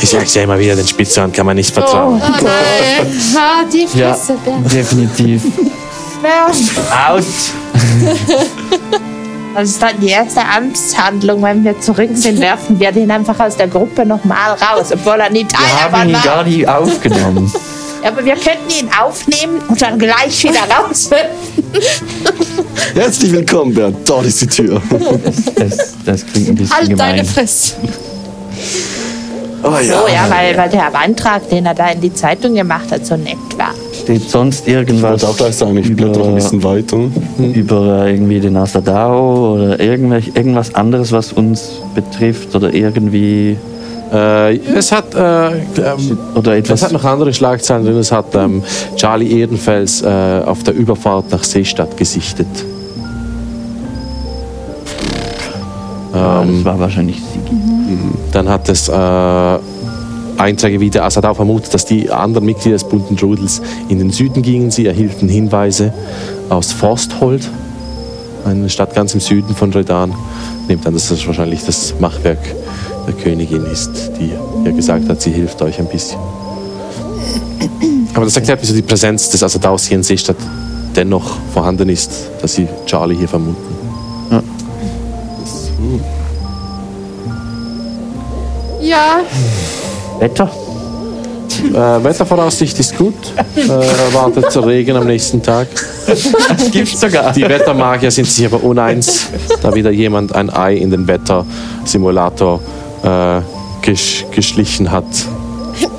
Ich sage ja immer wieder, den Spitzhörn kann man nicht vertrauen.
Oh nein, ah, die
Ja,
Fresse.
definitiv. Out!
Das ist dann die erste Amtshandlung. Wenn wir zurück sind, werfen wir den einfach aus der Gruppe nochmal raus, obwohl er nicht
Wir haben
einerbar
ihn
war.
gar nicht aufgenommen.
Aber wir könnten ihn aufnehmen und dann gleich wieder raus.
Herzlich willkommen, Bernd. Dort ist die Tür.
Das, das klingt ein bisschen
Halt deine
gemein.
Fresse.
Oh ja.
Oh ja, weil, weil der Antrag, den er da in die Zeitung gemacht hat, so nett war.
Steht sonst
Ich
irgendwas
wollte auch gleich sagen, ich blätter noch ein
über,
bisschen weiter.
über äh, irgendwie den Asadao oder irgendwelch, irgendwas anderes, was uns betrifft oder irgendwie
Äh, es hat äh, ähm,
oder
Es hat
etwas
noch andere Schlagzeilen drin. Es hat ähm, Charlie Ehrenfels äh, auf der Überfahrt nach Seestadt gesichtet.
Ah, das war wahrscheinlich Sigi.
Dann hat es äh, Einträge wie der Assad also auch vermutet, dass die anderen Mitglieder des bunten Rudels in den Süden gingen. Sie erhielten Hinweise aus Forsthold, eine Stadt ganz im Süden von Redan. Nehmt an, dass das wahrscheinlich das Machwerk der Königin ist, die ihr gesagt hat, sie hilft euch ein bisschen. Aber das erklärt, wieso die Präsenz des Assadaus hier in Seestadt dennoch vorhanden ist, dass sie Charlie hier vermuten.
Ja,
Wetter?
Äh, Wettervoraussicht ist gut. Äh, erwartet Regen am nächsten Tag.
Das gibt's sogar.
Die Wettermagier sind sich aber uneins, da wieder jemand ein Ei in den Wettersimulator äh, gesch geschlichen hat.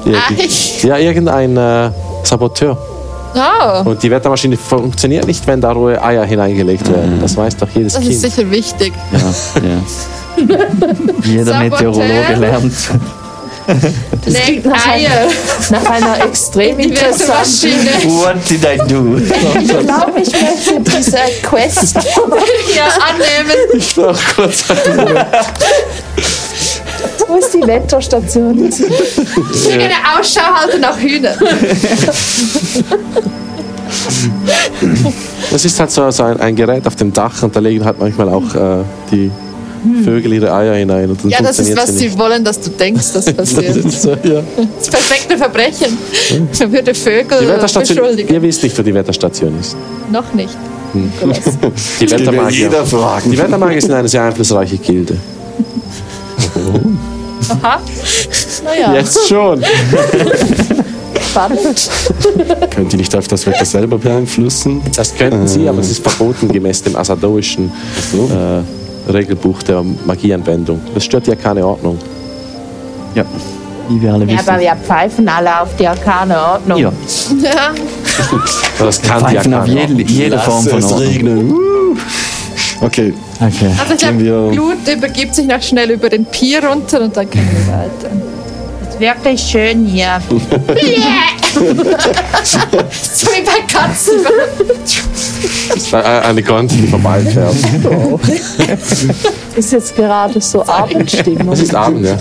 Irgend- Ja, irgendein äh, Saboteur.
oh,
Und die Wettermaschine funktioniert nicht, wenn da rohe Eier hineingelegt
Mhm.
werden. Das weiß doch jedes
das ist
Kind.
sicher wichtig.
Ja, ja. Jeder
Saboteur.
Meteorologe lernt.
Legt Eier
Nach einer extrem
in die
interessanten
Wäschemaschine.
What did I do?
glaube, ich möchte diese Quest
Ja, annehmen.
Ich war auch kurz
Wo ist die Wetterstation?
Ich will eine Ausschau halten nach Hühnern.
Das ist halt so, so ein, ein Gerät auf dem Dach und da legen halt manchmal auch äh, die Vögel ihre Eier hinein. Und dann
Hm. Ja, das ist,
funktioniert
was
sie
sie
nicht.
wollen, dass du denkst, dass passiert.
Das ist so, ja. Hm.
Das perfekte Verbrechen. Man würde Vögel
Die Wetterstation,
beschuldigen.
ihr wisst nicht, wo die Wetterstation ist.
Noch nicht.
Die
Das will mir
Wettermagier,
jeder fragen.
die Wettermagier sind eine sehr einflussreiche Gilde.
Aha. Also
Naja,
Jetzt schon.
spannend.
Könnt ihr nicht einfach das Wetter selber beeinflussen?
Das könnten sie, aber es ist verboten gemäß dem asadoischen
So.
äh, Regelbuch der Magieanwendung. Das stört ja keine Ordnung.
Ja, wie wir alle
Ja,
wissen.
aber wir pfeifen alle auf die arkane Ordnung.
Ja,
Ja.
Das kann ja
pfeifen
keine
auf
Ordnung.
jede, jede Form
Lass
von
es
Ordnung.
regnen. Uh. Okay,
Okay.
Also ich
Gehen
glaube,
wir-
Blut übergibt sich noch schnell über den Pier runter und dann können wir weiter.
Ist wirklich schön hier.
So wie bei Katzen.
Das war äh, Eine Gondel, die vorbeifährt.
Ist jetzt gerade so Abendstimmung.
Das ist Abend, ja.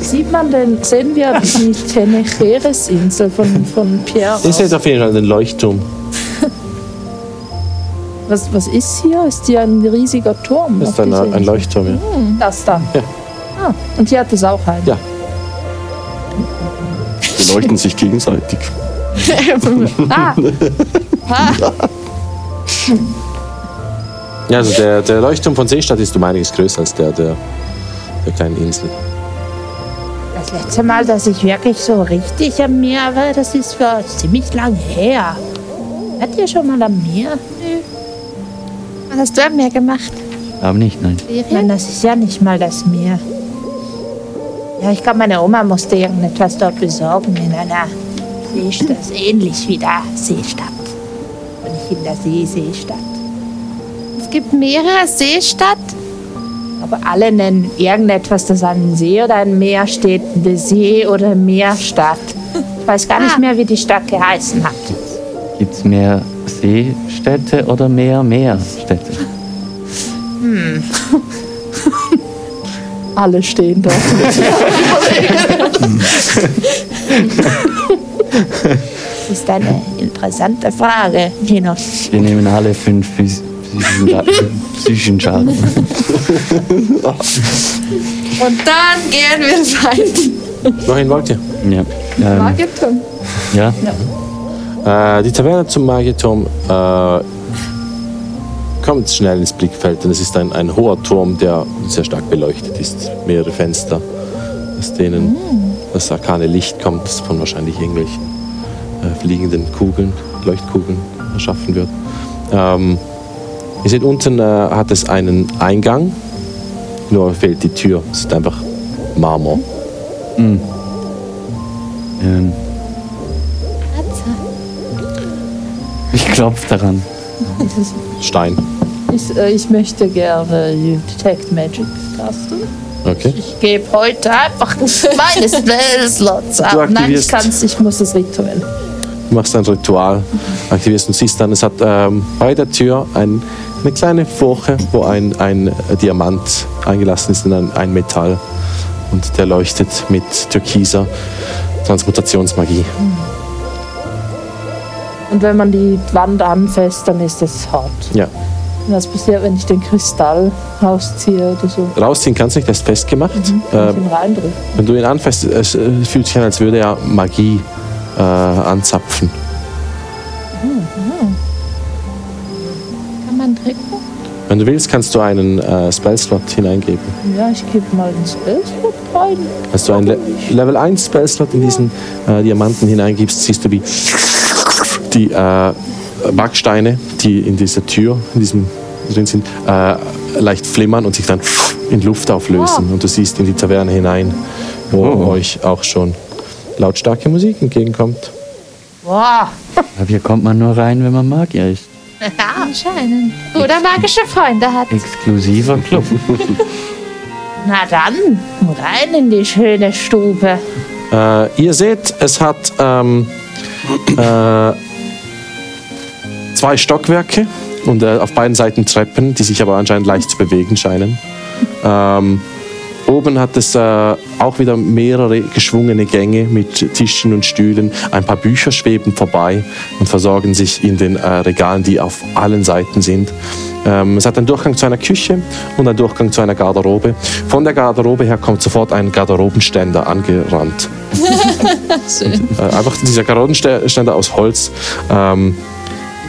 Sieht man denn, sehen wir die Tenecheres-Insel von, von Pierre
Ihr seht
aus?
auf jeden Fall den Leuchtturm.
Was, was ist hier? Ist hier ein riesiger Turm?
Das ist
auf
ein,
dieser
ein
Insel?
Leuchtturm, ja.
Das da.
Ja.
Ah, und hier hat es auch einen.
Ja.
die leuchten sich gegenseitig.
Ah,
Ja, also der, der Leuchtturm von Seestadt ist um einiges größer als der der, der kleinen Insel.
Das letzte Mal, dass ich wirklich so richtig am Meer war, das ist für ziemlich lang her. Wart ihr schon mal am Meer?
Was hast du am Meer gemacht?
Aber nicht, nein.
Nein, das ist ja nicht mal das Meer. Ja, ich glaube, meine Oma musste irgendetwas dort besorgen in einer Seestadt, ähnlich wie da Seestadt. Und nicht in der See-Seestadt.
Es gibt Meere, Seestadt.
Aber alle nennen irgendetwas, das an einem See oder einem Meer steht, eine See- oder Meerstadt. Ich weiß gar nicht mehr, wie die Stadt geheißen hat.
Gibt es mehr Seestädte oder mehr Meerstädte?
alle stehen da.
Das ist eine interessante Frage, Linus.
Wir nehmen alle fünf phys- physischen Scha- psychischen Schaden.
Und dann gehen wir weiter.
Wohin wollt ihr?
Ja. Ähm,
Magetum.
ja.
Äh, die Taverne zum Magierturm äh, kommt schnell ins Blickfeld, denn es ist ein, ein hoher Turm, der sehr stark beleuchtet ist. Mehrere Fenster, aus denen das arkane Licht kommt, das von wahrscheinlich irgendwelchen äh, fliegenden Kugeln, Leuchtkugeln erschaffen wird. Ähm, ihr seht, unten äh, hat es einen Eingang, nur fehlt die Tür. Es ist einfach Marmor.
Ähm, ich klopfe daran.
Stein.
Ich, äh, ich möchte gerne Detect Magic casten.
Okay.
Ich gebe heute einfach meine Spell-Slots
Du
ab. Ah, Nein, ich
aktivierst-
kann's, ich muss es rituell.
Du machst ein Ritual, aktivierst und siehst dann, es hat ähm, bei der Tür ein, eine kleine Furche, wo ein, ein Diamant eingelassen ist in ein, ein Metall. Und der leuchtet mit türkiser Transmutationsmagie.
Und wenn man die Wand anfasst, dann ist es hart.
Ja.
Und was passiert, wenn ich den Kristall rausziehe oder so?
Rausziehen kannst du nicht, der ist festgemacht.
Wenn
Ähm,
ich ihn reindrücke.
wenn du ihn anfasst, es äh, fühlt sich an, als würde er Magie äh, anzapfen.
Kann man drücken?
Wenn du willst, kannst du einen äh, Spellslot hineingeben.
Ja, ich gebe mal den Spell-Slot rein.
Als du einen Le Level 1 Spellslot in diesen äh, Diamanten hineingibst, siehst du, wie die äh, Backsteine, die in dieser Tür in diesem, drin sind, äh, leicht flimmern und sich dann in Luft auflösen. Und du siehst in die Taverne hinein, wo euch auch schon lautstarke Musik entgegenkommt.
Boah,
Aber hier kommt man nur rein, wenn man Magier ist.
Anscheinend. Oder magische Freunde hat.
Exklusiver Club.
na dann, rein in die schöne Stube.
Äh, ihr seht, es hat ähm, äh, zwei Stockwerke und äh, auf beiden Seiten Treppen, die sich aber anscheinend leicht zu bewegen scheinen. Ähm, Oben hat es äh, auch wieder mehrere geschwungene Gänge mit Tischen und Stühlen. Ein paar Bücher schweben vorbei und versorgen sich in den äh, Regalen, die auf allen Seiten sind. Ähm, es hat einen Durchgang zu einer Küche und einen Durchgang zu einer Garderobe. Von der Garderobe her kommt sofort ein Garderobenständer angerannt.
Schön.
Äh, einfach dieser Garderobenständer aus Holz, ähm,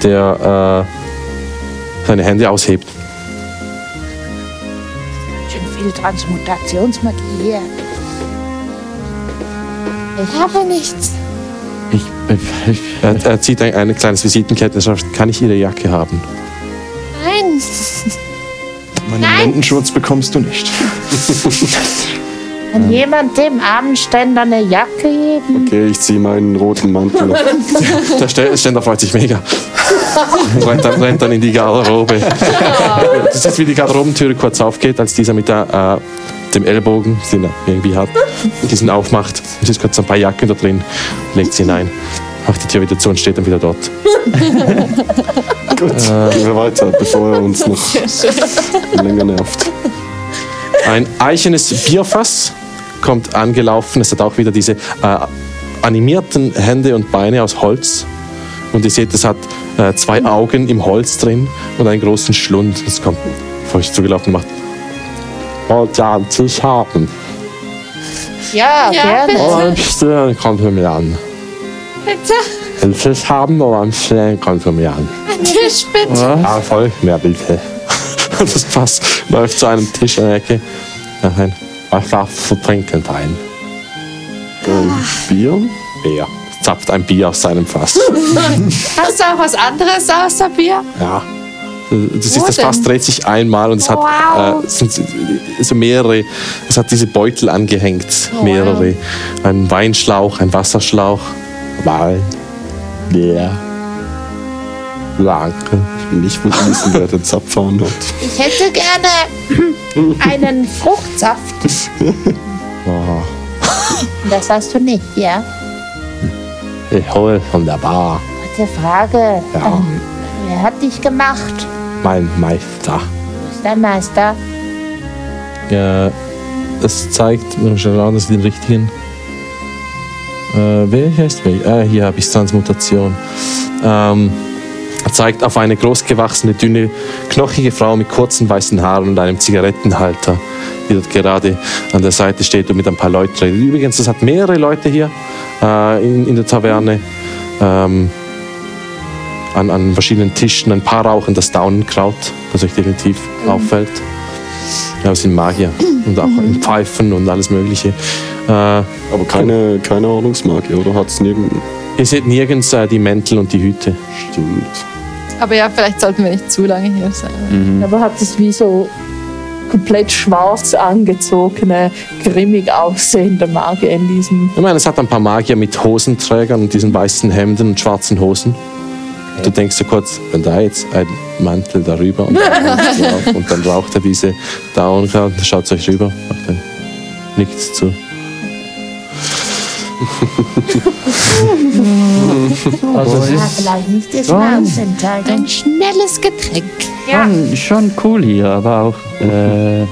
der äh, seine Hände aushebt.
Schön viel Transmutationsmagie hier.
Ich habe nichts.
Ich, ich,
Er, er zieht ein, ein kleines Visitenkettchen und sagt, kann ich Ihre Jacke haben?
Nein.
Meinen Lendenschurz bekommst du nicht.
Kann jemand dem armen Ständer eine Jacke geben?
Okay, ich ziehe meinen roten Mantel. ab.
Der Ste- Ständer freut sich mega. rennt, dann, rennt dann in die Garderobe. Das ist, wie die Garderobentür kurz aufgeht, als dieser mit der, äh, dem Ellbogen, den er irgendwie hat, diesen aufmacht. Es ist kurz ein paar Jacken da drin, legt sie hinein, macht die Tür wieder zu und steht dann wieder dort.
Gut, Äh, gehen wir weiter, bevor er uns noch länger nervt.
Ein eichenes Bierfass kommt angelaufen. Es hat auch wieder diese äh, animierten Hände und Beine aus Holz. Und ihr seht, es hat äh, zwei Augen im Holz drin und einen großen Schlund. Es kommt vor euch zugelaufen und macht. Wollt ihr Anzug haben?
Ja,
Ja,
gerne.
bitte.
Oder ein Stirn kommt für mich an.
Bitte.
Ein Fisch haben oder ein Stirn kommt für mich an.
Ein Tisch, bitte.
Ja, Ah, voll. Mehr bitte. Das Fass läuft zu einem Tisch in der Ecke. Nein, was darf zu trinken rein?
Bier?
Bier. Zapft ein Bier aus seinem Fass.
Hast du auch was anderes außer Bier?
Ja. Du siehst,
Wo
das
denn?
Fass dreht sich einmal und es hat
Wow.
äh, es sind so mehrere, es hat diese Beutel angehängt,
Oh,
mehrere. Ein Weinschlauch, ein Wasserschlauch. Wein. Leer. Danke.
Ich will wissen, wer den Zapfhahn hat.
Ich hätte gerne einen Fruchtsaft. Das hast du nicht, ja?
Ich hole von der Bar
Gute Frage. Ähm, wer hat dich gemacht?
mein Meister.
Du bist dein Meister.
Äh, das zeigt, wir müssen schauen, dass ich den richtigen. Äh, welcher ist welcher? Ah, hier habe ich Transmutation. Ähm, zeigt auf eine großgewachsene, dünne, knochige Frau mit kurzen weißen Haaren und einem Zigarettenhalter, die dort gerade an der Seite steht und mit ein paar Leuten redet. Übrigens, das hat mehrere Leute hier äh, in, in der Taverne. Ähm, an, an verschiedenen Tischen. Ein paar rauchen das Daunenkraut, das euch definitiv auffällt. Ja, es sind Magier und auch in Pfeifen und alles Mögliche. Äh,
Aber keine, keine Ordnungsmarke, oder? Hat es nirgend.
ihr seht nirgends äh, die Mäntel und die Hüte.
Stimmt.
Aber ja, vielleicht sollten wir nicht zu lange hier sein.
Hm.
Aber hat es wie so komplett schwarz angezogene, grimmig aussehende Magier in diesem.
Ich meine, es hat ein paar Magier mit Hosenträgern und diesen weißen Hemden und schwarzen Hosen. Und Du denkst so kurz, wenn da jetzt ein Mantel darüber und dann, raucht er auf und dann raucht er diese Daunenkraut und schaut euch rüber, macht dann nichts zu.
also es
Ja,
ist
vielleicht nicht das
Ja.
Mausenteilen.
Ein schnelles Getränk.
schon, schon cool hier, aber auch. Äh,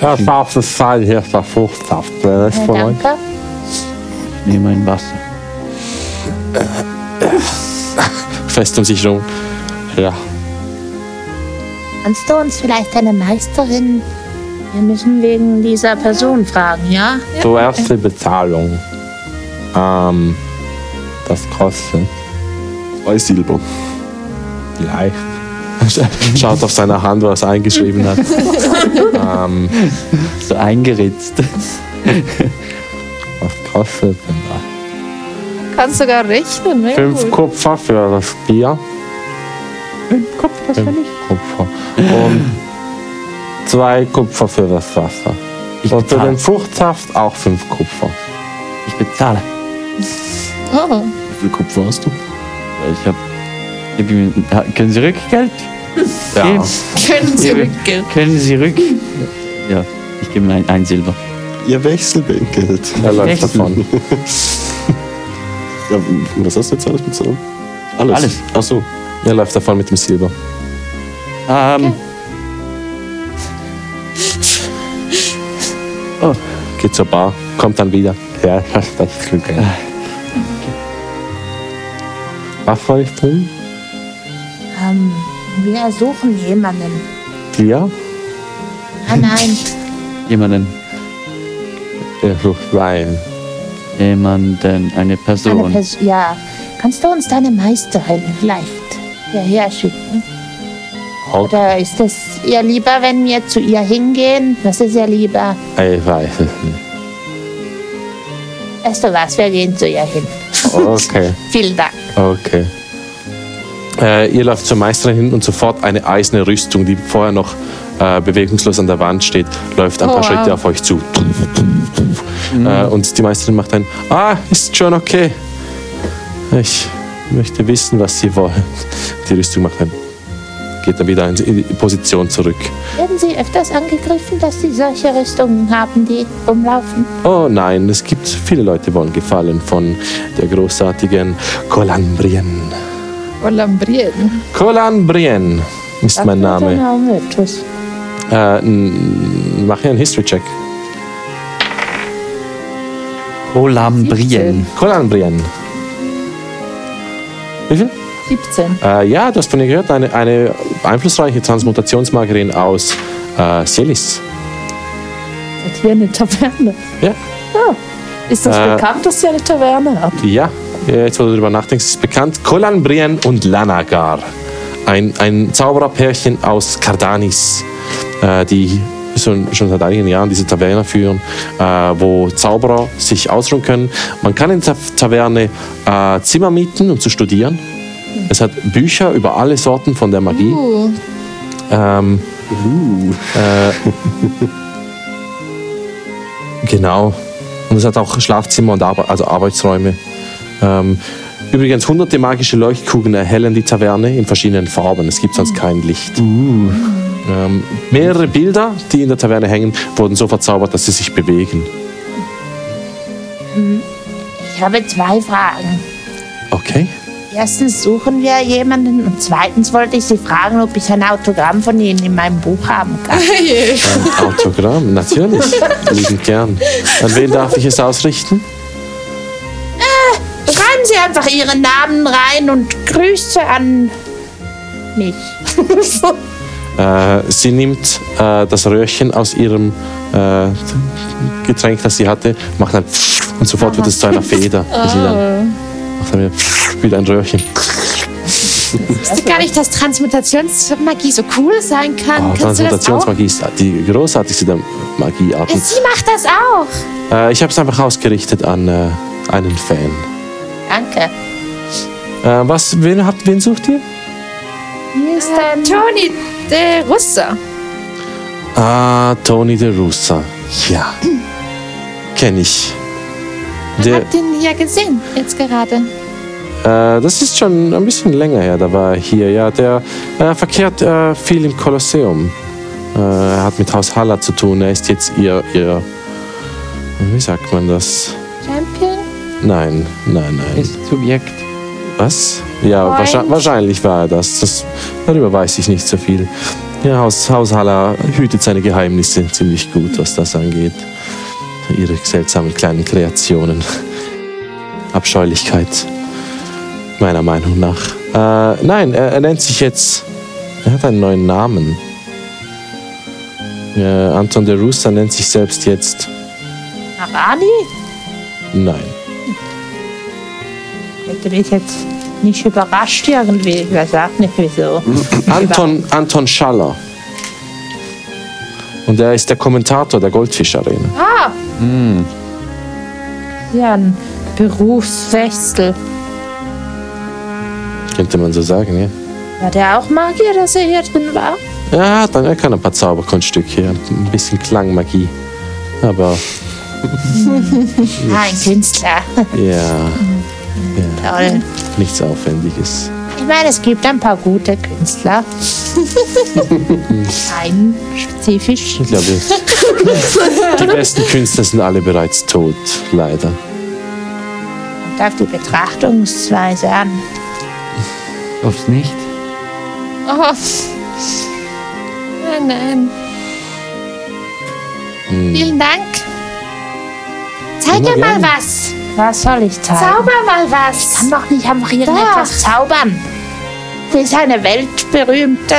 Hört auf zu sein, hier ist der Fruchtsaft. Wer ist von euch?
Danke.
ich nehme ein Wasser.
Fest um sich rum. Ja.
Kannst du uns vielleicht eine Meisterin? Wir müssen wegen dieser Person fragen, ja?
Zuerst die Bezahlung. Ähm, das kostet
Zwei Silber.
vielleicht. Schaut auf seine Hand, was er eingeschrieben hat. ähm,
So eingeritzt.
was kostet denn das?
Kannst sogar rechnen. mega
Fünf
gut.
Kupfer für das Bier. Fünf Kupfer, das finde ich. Kupfer. Und zwei Kupfer für das Wasser.
Ich
Und für den
bezahle.
Fruchtsaft auch fünf Kupfer.
Ich bezahle.
Oh.
Wie viel Kupfer hast du?
Ich hab. Ich bin, ha- können Sie Rückgeld?
Ja.
geben?
Können Sie
Ihre-
rückgehen.
Können Sie rück? Ja, ich gebe mir ein, ein Silber.
Ihr Wechselbankgeld.
Er läuft
Echt?
davon.
Ja, was hast du jetzt alles bezahlt?
Alles.
Ach so.
Er läuft davon mit dem Silber.
Ähm, oh,
geht zur Bar, kommt dann wieder. Ja, das ist Glück. Was soll ich tun?
Ähm, wir suchen jemanden.
Ja,
Ah nein,
jemanden,
er sucht Wein.
jemanden, eine
eine
Person.
Pers ja. Kannst du uns deine Meisterin vielleicht hierher schicken?
Okay,
Oder ist es ihr lieber, wenn wir zu ihr hingehen? Was ist ihr lieber?
ich weiß es nicht.
Weißt du was, wir gehen zu ihr hin.
Okay.
Vielen Dank.
Okay. Äh, ihr lauft zur Meisterin hin und sofort eine eiserne Rüstung, die vorher noch äh, bewegungslos an der Wand steht, läuft ein
Oh,
paar
wow.
Schritte auf euch zu. Äh, und die Meisterin macht ein, ah, ist schon okay. Ich möchte wissen, was sie wollen. Die Rüstung macht ein, geht dann wieder in die Position zurück.
Werden Sie öfters angegriffen, dass Sie solche Rüstungen haben, die rumlaufen?
Oh nein, es gibt viele Leute wollen gefallen von der großartigen Colambrien.
Olambrien.
Colambrien ist mein Name.
Tschüss.
Äh, n- mach hier einen History-Check.
Colambrien.
Colanbrien. Wie viel?
17.
Äh, ja, du hast von ihr gehört, eine, eine einflussreiche Transmutationsmagerin aus äh, Celis.
Seid ihr eine Taverne?
Ja.
Ist das
Äh.
bekannt, dass sie eine Taverne hat?
Ja, äh, jetzt wo du darüber nachdenkst, ist bekannt. Colanbrien und Lanagar. Ein, ein Zaubererpärchen aus Cardanis, äh, die schon, schon seit einigen Jahren diese Taverne führen, äh, wo Zauberer sich ausruhen können. Man kann in der Taverne äh, Zimmer mieten, um zu studieren. Es hat Bücher über alle Sorten von der Magie.
Uh,
Ähm, äh, genau. Und es hat auch Schlafzimmer und Arbe also Arbeitsräume. Ähm, übrigens, hunderte magische Leuchtkugeln erhellen die Taverne in verschiedenen Farben. Es gibt sonst kein Licht. Ähm, mehrere Bilder, die in der Taverne hängen, wurden so verzaubert, dass sie sich bewegen.
Ich habe zwei Fragen.
Okay.
Erstens suchen wir jemanden und zweitens wollte ich Sie fragen, ob ich ein Autogramm von Ihnen in meinem Buch haben kann.
Ein Ähm, Autogramm, natürlich. Lieben gern. An wen darf ich es ausrichten?
Schreiben Sie einfach Ihren Namen rein und Grüße an mich.
Äh, sie nimmt äh, das Röhrchen aus ihrem äh, Getränk, das sie hatte, macht ein und sofort wird es zu einer Feder. die Sie dann macht dann wieder, wieder ein Röhrchen.
wusste gar nicht, dass Transmutationsmagie so cool sein kann.
Oh,
Kannst du das auch?
Transmutationsmagie ist die großartigste der Magiearten.
Sie macht das auch.
Äh, ich habe es einfach ausgerichtet an äh, einen Fan.
Danke.
Äh, was, wen, habt, wen sucht ihr?
Hier ist
Ähm.
ein
Tony de Russa.
Ah, Tony de Russa. Ja. Kenne ich. Der,
Habt ihn ja gesehen, jetzt gerade.
Äh, das ist schon ein bisschen länger her, da war er hier. Ja, der äh, verkehrt äh, viel im Kolosseum. Äh, er hat mit Haus Halla zu tun. Er ist jetzt ihr, ihr. Wie sagt man das?
Champion?
Nein, nein, nein.
Ist Subjekt.
Was? Ja, wahrscheinlich, wahrscheinlich war er das. das. Darüber weiß ich nicht so viel. Ja, Haus, Haus Haller hütet seine Geheimnisse ziemlich gut, was das angeht. Ihre seltsamen kleinen Kreationen. Abscheulichkeit. Meiner Meinung nach. Äh, nein, er, er nennt sich jetzt. Er hat einen neuen Namen. Äh, Anton de Russa nennt sich selbst jetzt.
Arani?
Nein.
Hätte mich jetzt nicht überrascht irgendwie. Ich weiß auch nicht wieso.
Anton, Anton Schaller. Und er ist der Kommentator der Goldfisch Arena.
Ja, ein Berufswechsel.
Könnte man so sagen, ja.
War der auch Magier, dass er hier drin war?
Er hat dann, er kann ein paar Zauberkunststücke, ein bisschen Klangmagie. Aber
Ah, ein Künstler.
ja,
Toll.
nichts Aufwendiges.
Ich meine, es gibt ein paar gute Künstler. Einen spezifisch.
Ich glaube, die besten Künstler sind alle bereits tot, leider.
Kommt auf die Betrachtungsweise an.
Glaubst nicht?
Oh. Nein, nein. Vielen Dank.
Zeig
Immer
ihr mal
gerne.
was.
Was soll ich zeigen?
Zauber mal was.
kann doch nicht am Regen
Doch.
etwas zaubern. Sie ist eine weltberühmte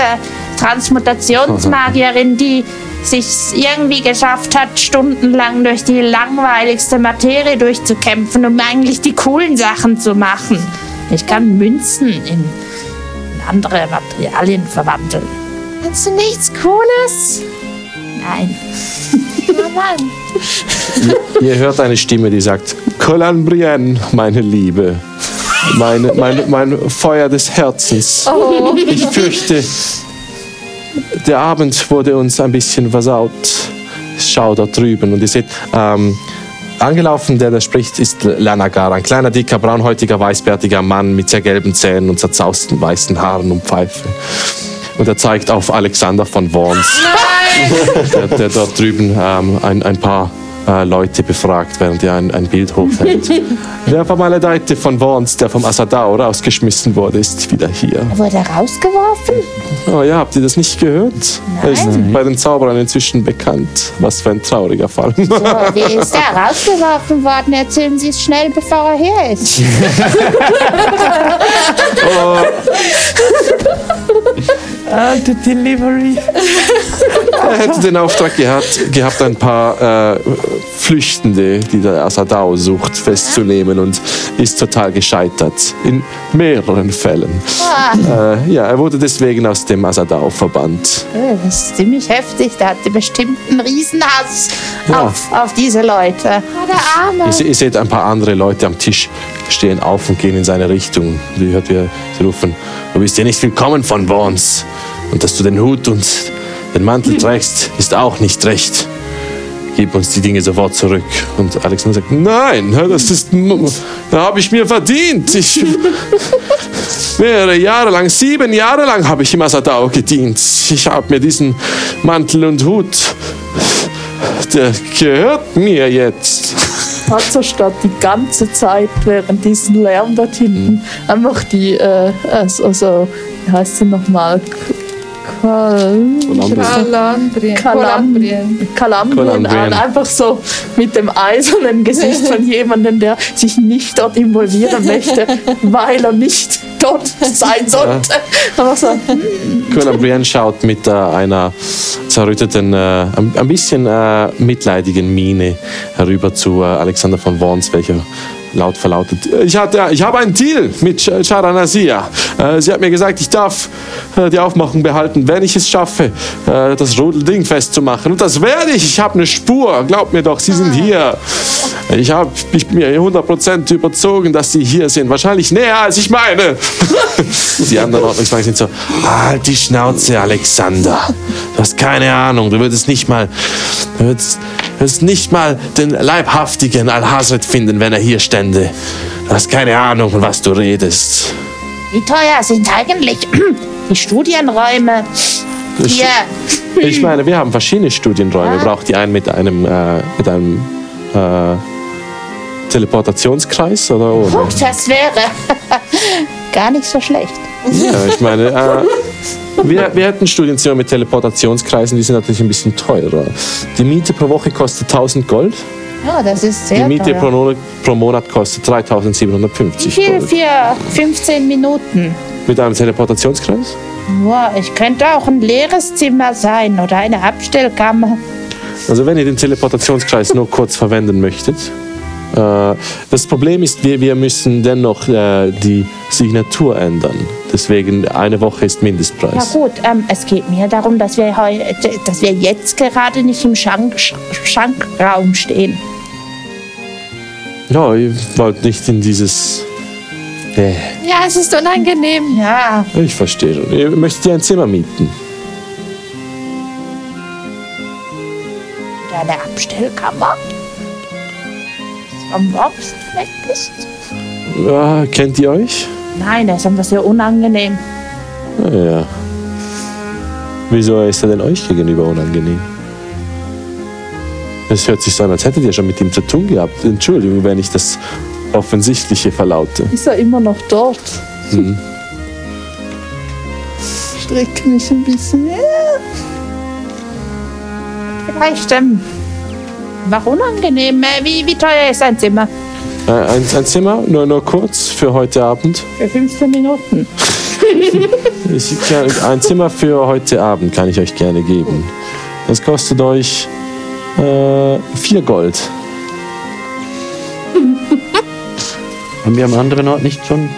Transmutationsmagierin, die sich irgendwie geschafft hat, stundenlang durch die langweiligste Materie durchzukämpfen, um eigentlich die coolen Sachen zu machen. Ich kann Münzen in, in andere Materialien verwandeln.
Kannst du nichts Cooles?
Nein.
Ihr hört eine Stimme, die sagt: Colin Brienne, meine Liebe. Meine, mein, mein Feuer des Herzens.
Oh.
Ich fürchte, der Abend wurde uns ein bisschen versaut. Schau da drüben. Und ihr seht, ähm, angelaufen, der da spricht, ist Lanagar. Ein kleiner, dicker, braunhäutiger, weißbärtiger Mann mit sehr gelben Zähnen und zerzausten weißen Haaren und Pfeife. Und er zeigt auf Alexander von Worms der, der dort drüben ähm, ein, ein paar äh, Leute befragt, während er ein, ein Bild hochhält. der vermaledeite von Worms, der vom Assadao rausgeschmissen wurde, ist wieder hier.
Wurde rausgeworfen?
Oh ja, habt ihr das nicht gehört? Er ist bei den Zauberern inzwischen bekannt. Was für ein trauriger Fall.
So, wie ist er rausgeworfen worden? Erzählen Sie es schnell, bevor er hier ist.
the delivery.
er hätte den Auftrag gehabt, gehabt ein paar äh, Flüchtende, die der Assadao sucht, festzunehmen und ist total gescheitert. In mehreren Fällen. Äh, ja, er wurde deswegen aus dem Assadao verbannt.
Äh, Das ist ziemlich heftig. Da hatte bestimmt einen Riesenhass
Ja.
auf, auf diese Leute.
Ihr, se- ihr seht ein paar andere Leute am Tisch stehen auf und gehen in seine Richtung. Und ihr hört, wie er- sie rufen, du bist ja nicht willkommen von Worms. Und dass du den Hut und den Mantel trägst, ist auch nicht recht. Gib uns die Dinge sofort zurück. Und Alexander sagt, nein, das ist, da habe ich mir verdient. Ich, mehrere Jahre lang, sieben Jahre lang habe ich im Asadao gedient. Ich habe mir diesen Mantel und Hut, der gehört mir jetzt.
Panzerstadt die ganze Zeit während diesem Lärm dort hinten einfach die, äh, also, also wie heißt sie nochmal?
Kalambrien.
Kalambrien. Kalambrien
Kalambrien.
an, einfach so mit dem eisernen Gesicht von jemandem, der sich nicht dort involvieren möchte, weil er nicht dort sein sollte. Aber so,
Colin Brienne schaut mit äh, einer zerrütteten, äh, ein, ein bisschen äh, mitleidigen Miene herüber zu äh, Alexander von Worms, welcher laut verlautet. Ich, hatte, ich habe einen Deal mit Sch- Charanasia. Äh, sie hat mir gesagt, ich darf äh, die Aufmachung behalten, wenn ich es schaffe, äh, das Rudelding festzumachen. Und das werde ich. Ich habe eine Spur. Glaubt mir doch, Sie sind hier. Ich, hab, ich bin mir 100% überzogen, dass Sie hier sind. Wahrscheinlich näher, als ich meine. Die anderen Ordnungswagen sind so, halt die Schnauze, Alexander. Du hast keine Ahnung, du würdest nicht mal, du würdest, würdest nicht mal den leibhaftigen Al-Hazret finden, wenn er hier stände. Du hast keine Ahnung, von was du redest.
Wie teuer sind eigentlich die Studienräume? Hier,
Ich meine, wir haben verschiedene Studienräume. Braucht die einen mit einem, äh, mit einem äh, Teleportationskreis oder ohne?
Puh, das wäre gar nicht so schlecht.
Ja, ich meine, äh, wir, wir hätten Studienzimmer mit Teleportationskreisen, die sind natürlich ein bisschen teurer. Die Miete pro Woche kostet 1000 Gold,
Ja, das ist
die
sehr
Miete pro,
teuer.
Monat- pro Monat kostet
Wie
3750
viel
Gold.
für 15 Minuten?
Mit einem Teleportationskreis?
Boah, ich könnte auch ein leeres Zimmer sein oder eine Abstellkammer.
Also wenn ihr den Teleportationskreis nur kurz verwenden möchtet. Äh, das Problem ist, wir, wir müssen dennoch äh, die Signatur ändern. Deswegen eine Woche ist
Na
Mindestpreis.
gut, ähm, es geht mir darum, dass wir, heu dass wir jetzt gerade nicht im Schank Sch Schankraum stehen.
Ja, ihr wollt nicht in dieses... Äh,
Ja, es ist unangenehm.
Ja,
ich verstehe schon. Ihr möchtet ihr ein Zimmer mieten?
oder eine Abstellkammer. Ist Vom Box weg ist.
Ja, kennt ihr euch?
Nein, das ist einfach sehr unangenehm.
Ah, ja. Wieso ist er denn euch gegenüber unangenehm? Es hört sich so an, als hättet ihr schon mit ihm zu tun gehabt. Entschuldigung, wenn ich das Offensichtliche verlaute.
ist er immer noch dort? Strecke mich ein bisschen.
Vielleicht ähm, einfach unangenehm. Äh, Wie, wie teuer ist ein Zimmer?
Äh, ein, ein Zimmer, nur, nur kurz für heute Abend.
Für 15 Minuten.
Ich kann, ein Zimmer für heute Abend kann ich euch gerne geben. Das kostet euch äh, vier Gold.
Haben wir am anderen Ort nicht schon?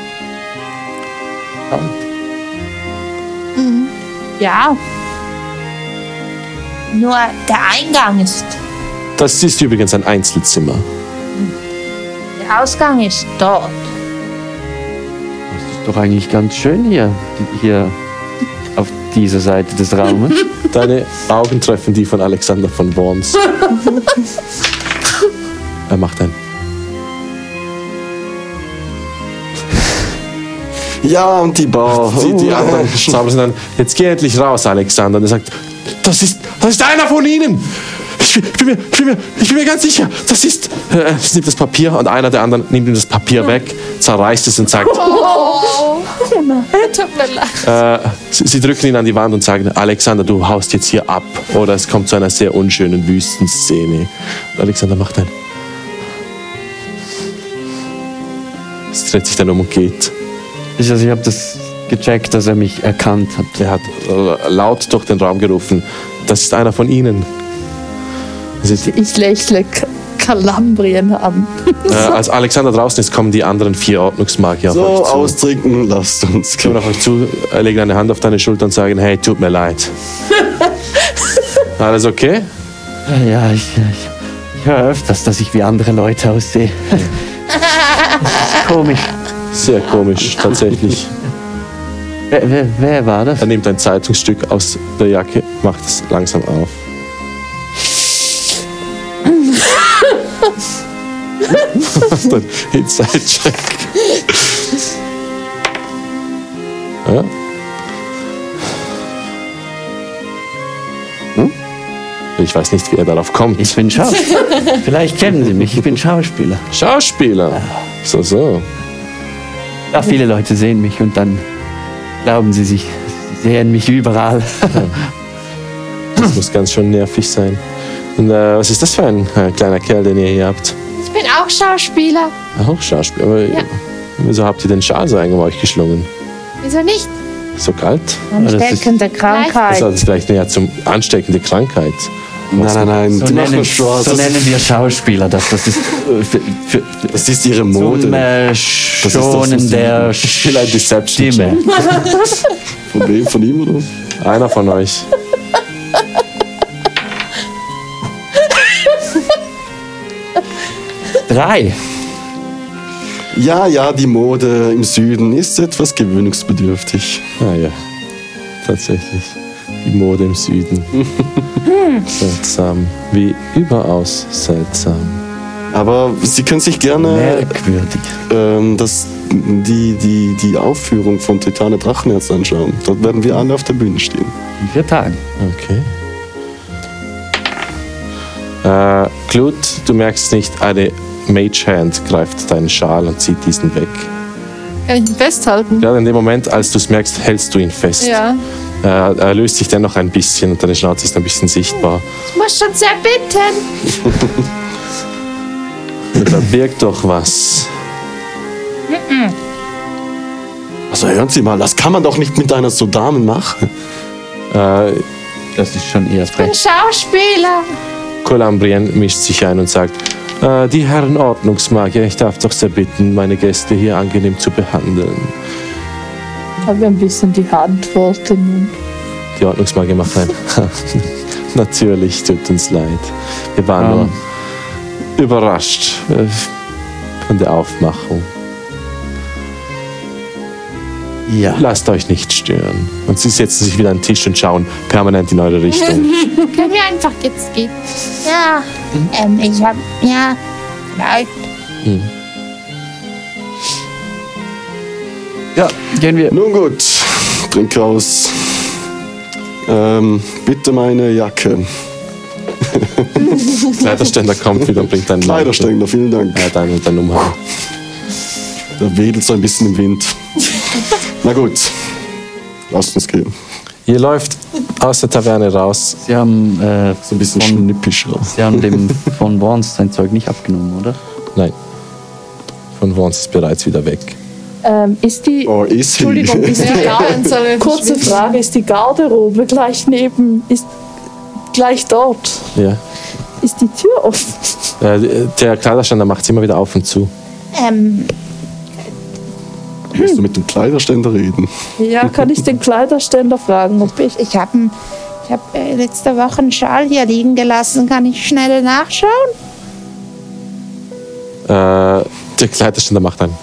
Ja. Nur der Eingang ist,
Das ist übrigens ein Einzelzimmer.
der Ausgang ist dort.
Das ist doch eigentlich ganz schön hier. Hier auf dieser Seite des Raumes.
Deine Augen treffen die von Alexander von Worms. er macht ein.
Ja, und die Bar.
Die, die
Uh.
anderen Zauberer sind dann, jetzt geh endlich raus, Alexander. Und er sagt, das ist, das ist einer von ihnen. Ich bin- ich bin, mir, ich, bin mir, ich bin mir ganz sicher, das ist. Äh, Er nimmt das Papier und einer der anderen nimmt ihm das Papier weg, zerreißt es und sagt,
Oh. Tut mir leid.
Äh, sie, sie drücken ihn an die Wand und sagen, Alexander, du haust jetzt hier ab. Oder es kommt zu einer sehr unschönen Wüstenszene. Und Alexander macht ein. Es dreht sich dann um und geht.
Ich, also ich habe das gecheckt, dass er mich erkannt hat.
Er hat äh, laut durch den Raum gerufen, das ist einer von ihnen. Sie, äh,
Ich lächle K- Kalambrien an.
als Alexander draußen ist, kommen die anderen vier Ordnungsmagier
So,
auf euch zu.
austrinken, lasst uns
Kommen
gehen.
auf euch zu, äh, legen eine Hand auf deine Schulter und sagen, hey, tut mir leid. Alles okay?
Ja, ich, ich, ich höre öfters, dass ich wie andere Leute aussehe. Das ist komisch.
Sehr komisch, tatsächlich.
Wer, wer, wer war das?
Er nimmt ein Zeitungsstück aus der Jacke, macht es langsam auf. Dann Inside-Check. Ja. Hm? Ich weiß nicht, wie er darauf kommt.
Ich bin Schauspieler. Vielleicht kennen Sie mich, ich bin Schauspieler.
Schauspieler. So, so.
Ja, viele Leute sehen mich und dann glauben sie sich, sie sehen mich überall.
Das muss ganz schön nervig sein. Und äh, was ist das für ein äh, kleiner Kerl, den ihr hier habt?
Ich bin auch Schauspieler.
Auch Schauspiel. Aber wieso habt ihr den Schalsein um euch geschlungen?
Wieso nicht?
So kalt?
Ansteckende
Das
Krankheit.
ist vielleicht näher zum ansteckende Krankheit.
Nein, nein, nein,
So
die machen
nennen,
das Spaß.
so nennen wir Schauspieler das. Das ist äh, für, für,
Das ist ihre
zum
Mode.
äh,
das, was
Schonen
sie-
der
will ein Deception-Check.
Stimme.
Von wem? Von ihm oder?
Einer von euch.
Drei.
Ja, ja, die Mode im Süden ist etwas gewöhnungsbedürftig.
Ah ja, tatsächlich. Die Mode im Süden. seltsam. Wie überaus seltsam.
Aber Sie können sich
Äh,
gerne
Merkwürdig.
ähm, das, die, die, die Aufführung von Titane Drachenherz anschauen. Dort werden wir alle auf der Bühne stehen.
In vier Tagen.
Okay. Äh, Clut, du merkst nicht, eine Mage Hand greift deinen Schal und zieht diesen weg.
Kann ich ihn festhalten?
Gerade in dem Moment, als du es merkst, hältst du ihn fest.
Ja.
Äh, er löst sich dennoch ein bisschen und deine Schnauze ist ein bisschen sichtbar.
Ich muss schon sehr bitten.
Da wirkt doch was.
Also hören Sie mal, das kann man doch nicht mit einer so Dame machen.
Äh,
Das ist schon eher
Ich bin
frech.
Schauspieler.
Colambrien mischt sich ein und sagt, äh, die Herren Ordnungsmagier, ich darf doch sehr bitten, meine Gäste hier angenehm zu behandeln.
Haben wir ein bisschen die Verantwortung.
Die Ordnungsmagier macht ein. Natürlich, tut uns leid. Wir waren
Ähm.
nur überrascht äh, von der Aufmachung.
Ja.
Lasst euch nicht stören. Und sie setzen sich wieder an den Tisch und schauen permanent in eure Richtung.
Können wir einfach jetzt gehen?
Ja,
Hm?
ähm, ich hab, ja, vielleicht.
Ja, gehen wir.
Nun gut, trink aus. Ähm, bitte meine Jacke.
Kleiderständer kommt wieder und bringt einen
Kleiderständer, vielen Dank.
Ja, dein, dein Umhang.
Da wedelt so ein bisschen im Wind. Na gut, lasst uns gehen.
Ihr läuft aus der Taverne raus.
Sie haben, äh,
So ein bisschen
von,
schnippisch raus.
Sie haben dem von Worms sein Zeug nicht abgenommen, oder?
Nein. Von Worms ist bereits wieder weg.
Ähm, ist die.
Oh, ist sie.
Entschuldigung, ist die
Ja, und so eine
Kurze Frage, ist die Garderobe gleich neben, ist gleich dort?
Ja.
Ist die Tür offen?
Äh, der Kleiderständer macht es immer wieder auf und zu.
Ähm,
Musst du mit dem Kleiderständer reden?
Ja, kann ich den Kleiderständer fragen, ob ich.
ich habe ich hab, äh, letzte Woche einen Schal hier liegen gelassen. Kann ich schnell nachschauen?
Äh, der Kleiderständer macht einen.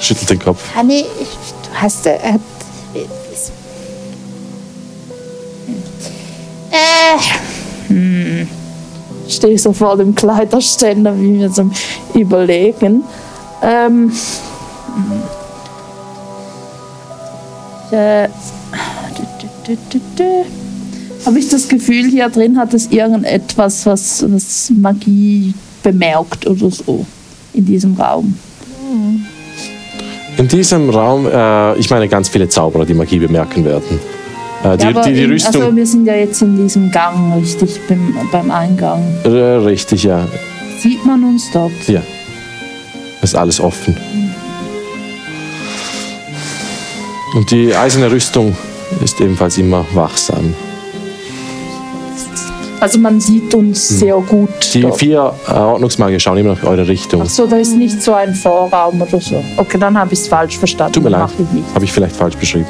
Schüttelt den Kopf.
Ah, nee, ich, du hast. Äh, äh, ist- äh,
Ich stehe so vor dem Kleiderständer, wie wir so am überlegen. Ähm, äh, dü- dü- dü- dü- dü. Habe ich das Gefühl, hier drin hat es irgendetwas, was, was Magie bemerkt oder so in diesem Raum.
In diesem Raum, äh, ich meine ganz viele Zauberer, die Magie bemerken werden. Äh, die,
Ja, aber
die, die
in,
Rüstung.
Also wir sind ja jetzt in diesem Gang, richtig, beim, beim Eingang.
Äh, richtig, ja.
Sieht man uns dort?
Ja. Ist alles offen. Und die eiserne Rüstung ist ebenfalls immer wachsam.
Also man sieht uns sehr gut.
Hm. Die
dort.
vier äh, Ordnungsmagier schauen immer nach eure Richtung.
Ach so, da ist nicht so ein Vorraum oder so. Okay, dann habe ich es falsch verstanden.
Tut mir leid,
Mach ich nicht.
habe ich vielleicht falsch beschrieben.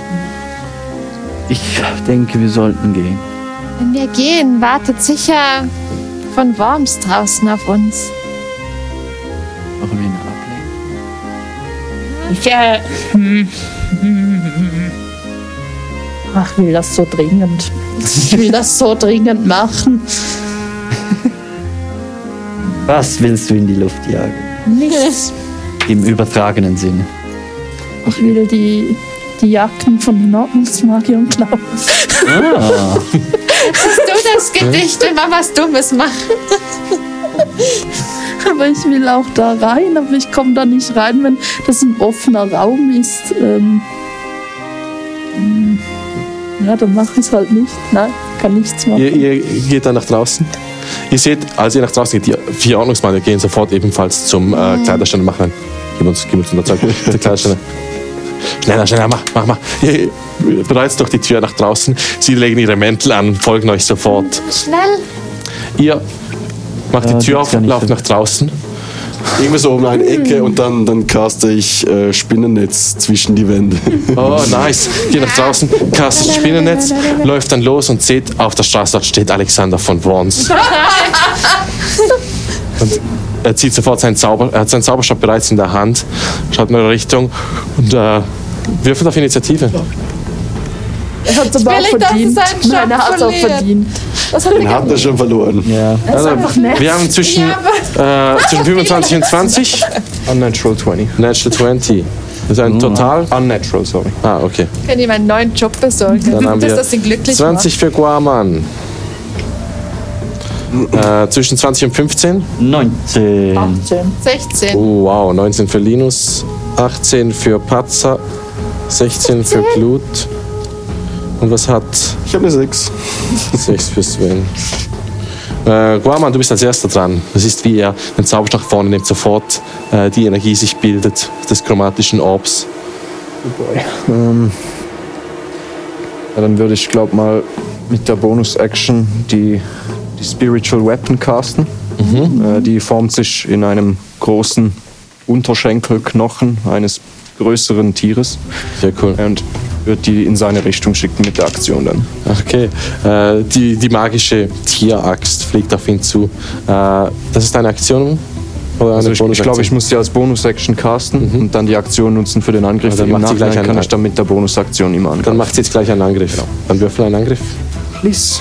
Ich denke, wir sollten gehen.
Wenn wir gehen, wartet sicher von Worms draußen auf uns.
Machen wir eine Ablenkung.
ich, äh,
hm, Ach, ich will das so dringend. Ich will das so dringend machen.
Was willst du in die Luft jagen?
Nichts.
Im übertragenen Sinne.
Ich will die, die Jacken von den Ordnungsmagiern klauen.
Ah,
Du das
Hm?
Gedicht, wenn man was Dummes macht.
Aber ich will auch da rein, aber ich komme da nicht rein, wenn das ein offener Raum ist. Ähm, mm, ja, dann mache ich es halt nicht. Nein, kann nichts machen.
Ihr, ihr geht dann nach draußen. Ihr seht, als ihr nach draußen geht, die vier Ordnungsmagier gehen sofort ebenfalls zum äh,
Mhm.
Kleiderständer machen. ein. Gib uns, gib uns unser Zeug. Der Kleiderständer. Schneller, schneller, mach, mach, mach. Ihr, ihr bereitet durch die Tür nach draußen. Sie legen ihre Mäntel an, folgen euch sofort.
Schnell.
Ihr macht
Ja,
die Tür
gibt's
auf,
ja nicht
lauft
so.
nach draußen.
Irgendwie so um eine Ecke und dann, dann caste ich äh, Spinnennetz zwischen die Wände.
Oh, nice. Geht nach draußen, kastet Spinnennetz, läuft dann los und seht, auf der Straße dort steht Alexander von Worms. Und er zieht sofort seinen Zauber, er hat seinen Zauberstab bereits in der Hand, schaut in eure Richtung und äh, wirft auf Initiative.
Er hat es aber auch
will nicht, dass
verdient.
es einen
Nein, er
Job
hat es auch
verliert.
verdient. Das hat
Den hat er schon verloren.
ja.
Also,
einfach nett.
wir haben zwischen, äh, zwischen 25 und 20.
Unnatural 20.
Natural 20. Das ist ein Total.
Unnatural, sorry.
Ah, okay.
Kann ihm einen neuen Job besorgen,
Dann haben
dass
wir
das ihn glücklich
20 für Guaman. Äh, zwischen 20 und 15.
19.
18.
macht. 16.
Oh, wow. 19 für Linus, 18 für Patzer, 16 für Glut. Und was hat
Ich habe eine 6.
6 für Sven? Äh, Guaman, du bist als erster dran. Das ist wie er den Zauberstab vorne nimmt, sofort äh, die Energie sich bildet des chromatischen Orbs.
Ja, dann würde ich, glaube mal mit der Bonus-Action die, die Spiritual Weapon casten. Äh, die formt sich in einem großen Unterschenkelknochen eines größeren Tieres
Sehr cool.
und wird die in seine Richtung schicken mit der Aktion dann.
Okay, äh, die, die magische Tieraxt fliegt auf ihn zu. Äh, das ist eine Aktion oder eine
Also ich, ich glaube, ich muss die als Bonus-Action casten und dann die Aktion nutzen für den Angriff.
Mhm. Also dann
Im
macht sie gleich
Nachhinein
einen
kann
Angriff.
ich dann mit der Bonus-Aktion immer
Dann
angreifen.
macht sie jetzt gleich einen Angriff. Dann würfel einen Angriff.
Please.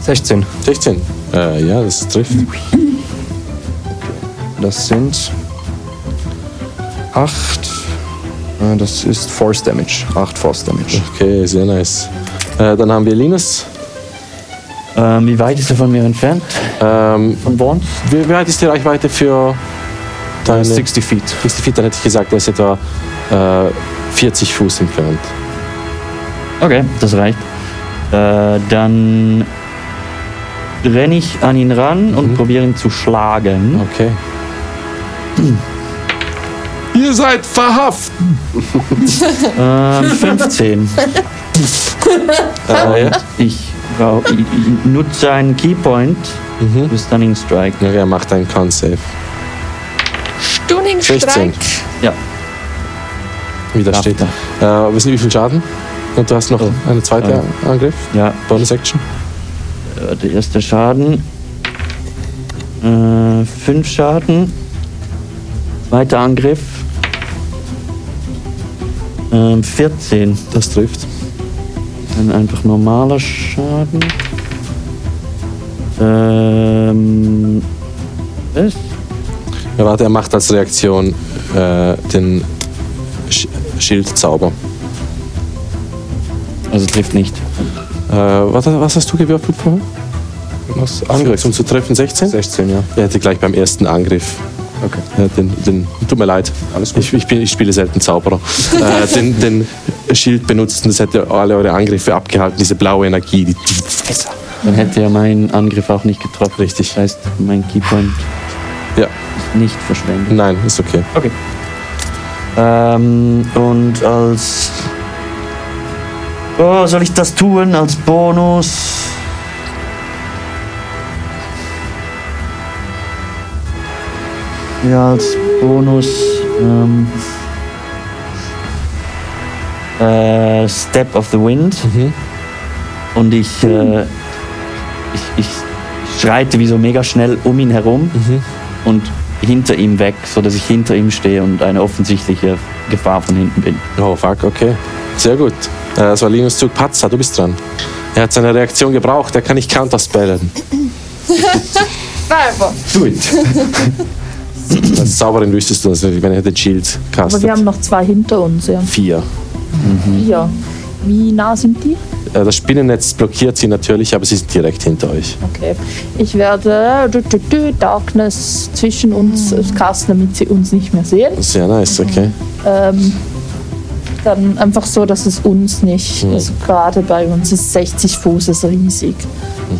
16.
16. Äh, ja, das trifft.
Das sind 8. Ah, Das ist Force Damage. 8 Force Damage.
Okay, sehr nice. Äh, dann haben wir Linus.
Ähm, wie weit ist er von mir entfernt?
Ähm,
Von Worms?
wie wie weit ist die Reichweite für deine
60 Feet.
60 Feet, dann hätte ich gesagt, er ist etwa äh, 40 Fuß entfernt.
Okay, das reicht. Äh, dann renne ich an ihn ran
Mhm.
und probiere ihn zu schlagen.
Okay. Ihr seid verhaftet!
Ähm, 15.
Äh, ja.
Ich, brau- ich, ich nutze einen Keypoint
Mhm.
für Stunning Strike.
Ja, wer macht einen Con-Save?
Stunning
16.
Strike.
Ja,
Widersteht. Äh, wir sind wie viel Schaden? Und du hast noch einen zweiten
Ja.
Angriff?
ja.
Bonus-Action?
Äh, Der erste Schaden. Äh, fünf Schaden. Zweiter Angriff. Ähm, 14.
Das trifft.
Dann einfach normaler Schaden. Ähm. Was?
Ja, warte, er macht als Reaktion äh, den Sch Schildzauber.
Also trifft nicht.
Äh, was, was hast du gewürfelt vorher? Was? Angriff, um zu treffen 16?
16, ja.
Er hätte gleich beim ersten Angriff.
Okay.
äh, Den, den, tut mir leid.
Alles gut.
Ich, ich, bin, ich spiele selten Zauberer. äh, den, den Schild benutzt und das hätte alle eure Angriffe abgehalten. Diese blaue Energie, die, die Fässer.
Dann hätte ja mein Angriff auch nicht getroffen. Richtig. Das heißt, mein Keypoint
Ja,
ist nicht verschwendet.
nein, ist okay.
Okay. Ähm, und als. Oh, soll ich das tun als Bonus? Ja, als Bonus. Ähm, äh, Step of the Wind. Und ich, äh, ich, ich schreite wie so mega schnell um ihn herum und hinter ihm weg, sodass ich hinter ihm stehe und eine offensichtliche Gefahr von hinten bin.
Oh, fuck, okay. Sehr gut. Äh, Das war Linus Zug Patzer, du bist dran. Er hat seine Reaktion gebraucht, er kann nicht counterspellen.
Fireball.
Do it. Als Zauberin wüsstest du das, wenn er den Shield
Aber wir
castet.
haben noch zwei hinter uns, ja.
Vier. Mhm.
Vier. Wie nah sind die?
Äh, Das Spinnennetz blockiert sie natürlich, aber sie sind direkt hinter euch.
Okay. Ich werde du, du, du, Darkness zwischen uns
Mhm.
äh, casten, damit sie uns nicht mehr sehen.
Sehr nice,
Mhm.
okay.
Ähm, dann einfach so, dass es uns nicht, also gerade bei uns ist 60 Fuß ist riesig.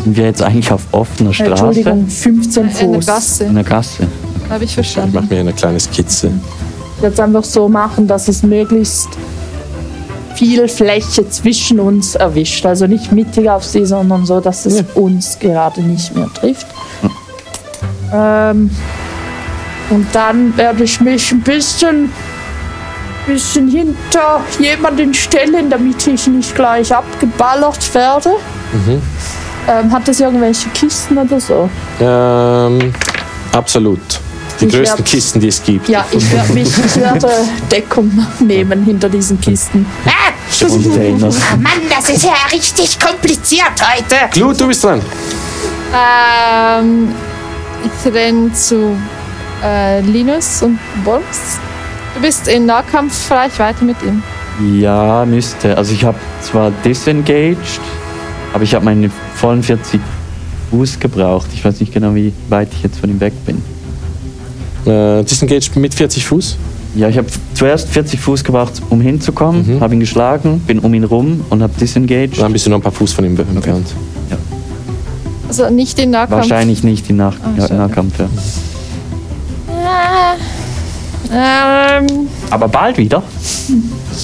Sind wir jetzt eigentlich auf offener Straße?
Entschuldigung, 15
In der
Fuß.
In
Gasse.
der Gasse.
Habe
Ich
ich
mache
verstanden.
mir eine kleine Skizze.
Jetzt einfach so machen, dass es möglichst viel Fläche zwischen uns erwischt. Also nicht mittig auf sie, sondern so, dass es uns gerade nicht mehr trifft. Ähm, und dann werde ich mich ein bisschen, bisschen hinter jemanden stellen, damit ich nicht gleich abgeballert werde. Ähm, hat das irgendwelche Kisten oder so?
Ähm, absolut. Die
Ich
größten
werd's-
Kisten, die es gibt.
Ja, ich werde mich, ich werde Deckung nehmen hinter diesen Kisten.
Ah, Mann, das ist ja richtig kompliziert heute.
Glut, du bist dran.
Ähm, ich renne zu äh, Linus und Wolfs. Du bist in Nahkampfreichweite mit ihm.
Ja, müsste. Also ich habe zwar disengaged, aber ich habe meine vollen 40 Fuß gebraucht. Ich weiß nicht genau, wie weit ich jetzt von ihm weg bin.
Äh, disengaged mit 40 Fuß.
Ja, ich habe zuerst 40 Fuß gebraucht, um hinzukommen, habe ihn geschlagen, bin um ihn rum und habe disengaged.
Dann bist du noch ein paar Fuß von ihm entfernt.
Also nicht in Nahkampf.
Wahrscheinlich nicht im Nach
schade.
Nahkampf. Ja.
Ah, Ähm,
Aber bald wieder.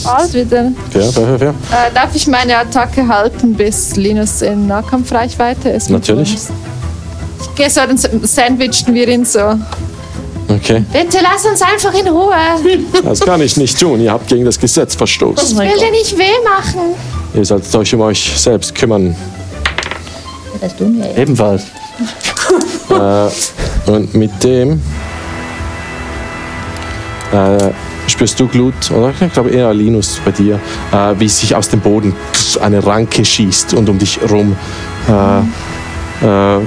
bald wieder.
Ja, fair, fair, fair.
Äh, darf ich meine Attacke halten, bis Linus in Nahkampfreichweite ist? mit
Natürlich.
uns? Ich gehe so, dann sandwichen wir ihn so.
Okay.
Bitte lass uns einfach in Ruhe.
Das kann ich nicht tun. Ihr habt gegen das Gesetz
Oh
verstoßen.
Ich will dir nicht weh machen.
Ihr solltet euch um euch selbst kümmern.
Das tun wir ja.
Ebenfalls.
Und mit dem äh, spürst du Glut, oder ich glaube eher Linus bei dir, äh, wie sich aus dem Boden eine Ranke schießt und um dich rum, äh, äh,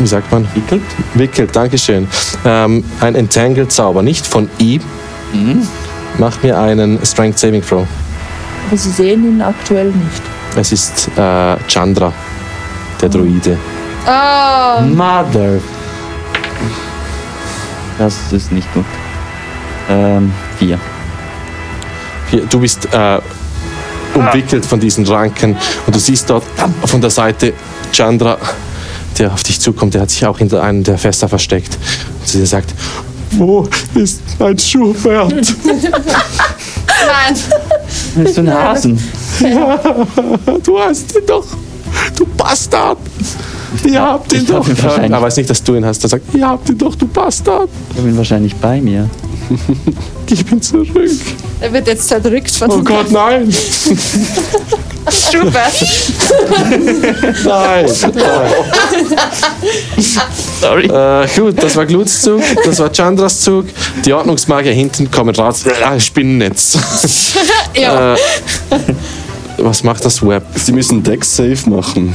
wie sagt man? Wickelt. Wickelt, Dankeschön. Ähm, ein Entangled-Zauber, nicht von ihm. Mhm. Macht mir einen Strength Saving Throw.
Aber sie sehen ihn aktuell nicht.
Es ist äh, Chandra, der Druide.
Oh,
Mother. Das ist nicht gut. Ähm, vier.
Hier, du bist äh, umwickelt von diesen Ranken und du siehst dort von der Seite Chandra, der auf dich zukommt. Der hat sich auch hinter einem der Fester versteckt. Und sie sagt: Wo ist mein Schuhwert?
Bist du ein Hasen?
Du hast ihn doch! Du Bastard! Ihr habt ihn
ich hab
doch!
ihn wahrscheinlich.
er weiß nicht, dass du ihn hast. Er sagt: Ihr habt ihn doch, du Bastard!
Ich bin wahrscheinlich bei mir.
Gib ihn zurück!
Er wird jetzt zerdrückt von
Oh Gott, nein!
Schubert.
Nein!
Sorry.
Äh, gut, das war Gluts Zug, das war Chandras Zug. Die Ordnungsmagier hinten kommen raus. Ah, Spinnennetz.
Ja.
Äh, was macht das Web?
Sie müssen Dex safe machen.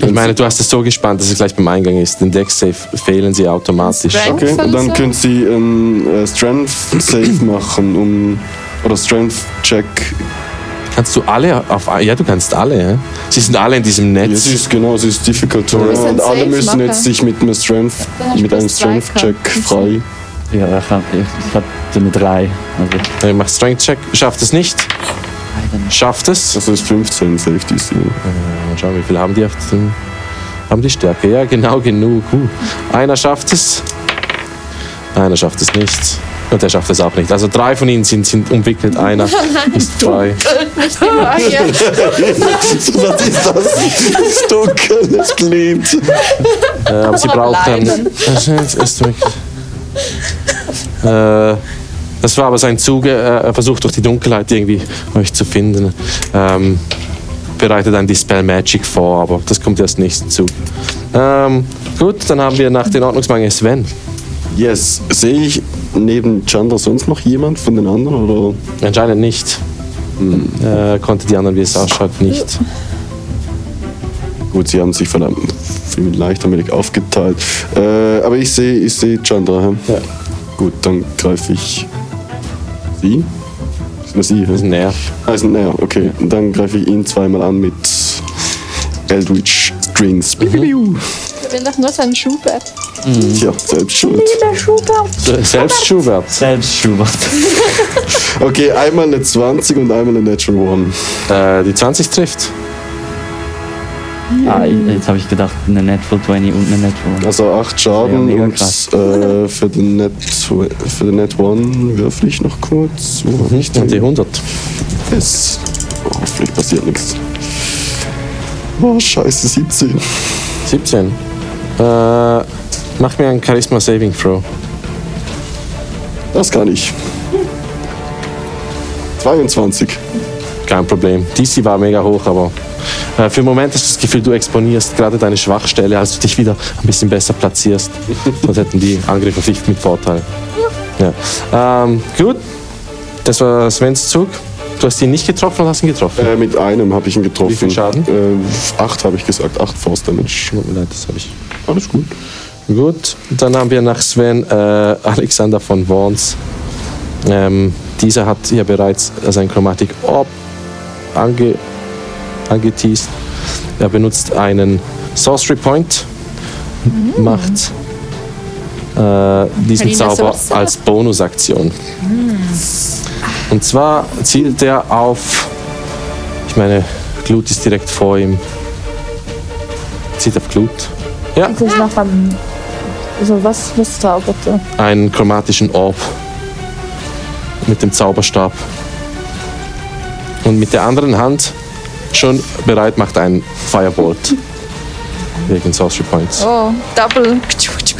Ich meine, du hast es so gespannt, dass es gleich beim Eingang ist. Den Deck-Safe fehlen sie automatisch.
Strength.
Okay,
Soll
und
so?
dann können Sie einen äh, Strength Save machen, um. Oder Strength Check.
Kannst du alle auf. ein- Ja, du kannst alle. Ja? Sie sind alle in diesem
Jetzt
Netz.
ist genau, es ist difficult to
musst einen
Und alle
Save
müssen
machen.
jetzt sich mit einem Strength,
Dann hast du
mit einem
plus drei
Strength Check
gehabt.
frei.
Ja, ich, hab, ich, ich hatte eine drei. Also,
Ich Äh, mach Strength-Check. Schafft es nicht. Schafft es.
Das Also ist 15 Save DC.
Mal schauen, wie viel haben die auf dem. Haben die Stärke? Ja, genau genug. Uh. Einer schafft es. Einer schafft es nicht. Und der schafft es auch nicht. Also drei von ihnen sind, sind umwickelt. Einer ist frei.
Was ist das? Es ist dunkel, es glüht.
Äh, aber sie braucht dann. Äh, Das war aber sein Zug. äh, Er versucht durch die Dunkelheit irgendwie euch zu finden. Ähm, bereitet dann die Spell Magic vor, aber das kommt erst nächsten Zug. Ähm, gut, dann haben wir nach den Ordnungsmangel Sven.
Yes. Sehe ich neben Chandra sonst noch jemand von den anderen? Oder?
Anscheinend nicht. Äh, konnte die anderen, wie es ausschaut, nicht.
Gut, sie haben sich verdammt viel leichter mit aufgeteilt. Äh, aber ich sehe ich sehe Chandra. hä?
Ja.
Gut, dann greife ich sie. Ist das sie?
Das ist
hä?
näher.
Ah, ist ein R, okay. Dann greife ich ihn zweimal an mit Eldritch Mhm. Strings.
Er will doch nur seinen Schubert.
Tja, Mhm. selbst schuld.
Selbst Schubert.
selbst Schubert.
Okay, einmal eine 20 und einmal eine Natural One.
Äh, die 20 trifft.
Ah, jetzt habe ich gedacht, eine Natural 20 und eine Natural. One.
Also 8
Ja,
Schaden
mega
und
krass.
äh, für, den Net, für den Net One würfel ich noch kurz. Wo hab ich
Nicht nur die 100.
Yes. Oh, hoffentlich passiert nichts. Oh, scheiße, 17.
17. Äh, mach mir einen Charisma Saving Throw.
Das kann ich. 22.
Kein Problem. DC war mega hoch, aber äh, für den Moment hast du das Gefühl, du exponierst gerade deine Schwachstelle, als du dich wieder ein bisschen besser platzierst. Sonst hätten die Angriffe auf dich mit Vorteil. Ja. Ähm, gut. Das war Svens Zug. Du hast ihn nicht getroffen oder hast ihn getroffen?
Äh, mit einem habe ich ihn getroffen.
Wie viel Schaden?
Äh, acht habe ich gesagt. Acht Force Damage.
Tut mir leid, das habe ich.
Alles gut.
Gut, dann haben wir nach Sven äh, Alexander von Worms. Ähm, dieser hat ja bereits sein Chromatic Orb ange angeteased. Er benutzt einen Sorcery Point, macht äh, diesen
Karina
Zauber
Sorcerer.
als Bonusaktion. Und zwar zielt er auf, ich meine, Glut ist direkt vor ihm. Zielt auf Glut. Ja,
Das ist noch am. Also, was, was zaubert er?
einen chromatischen Orb mit dem Zauberstab. Und mit der anderen Hand schon bereit macht einen Firebolt. Wegen Sorcery Points.
Oh, Double.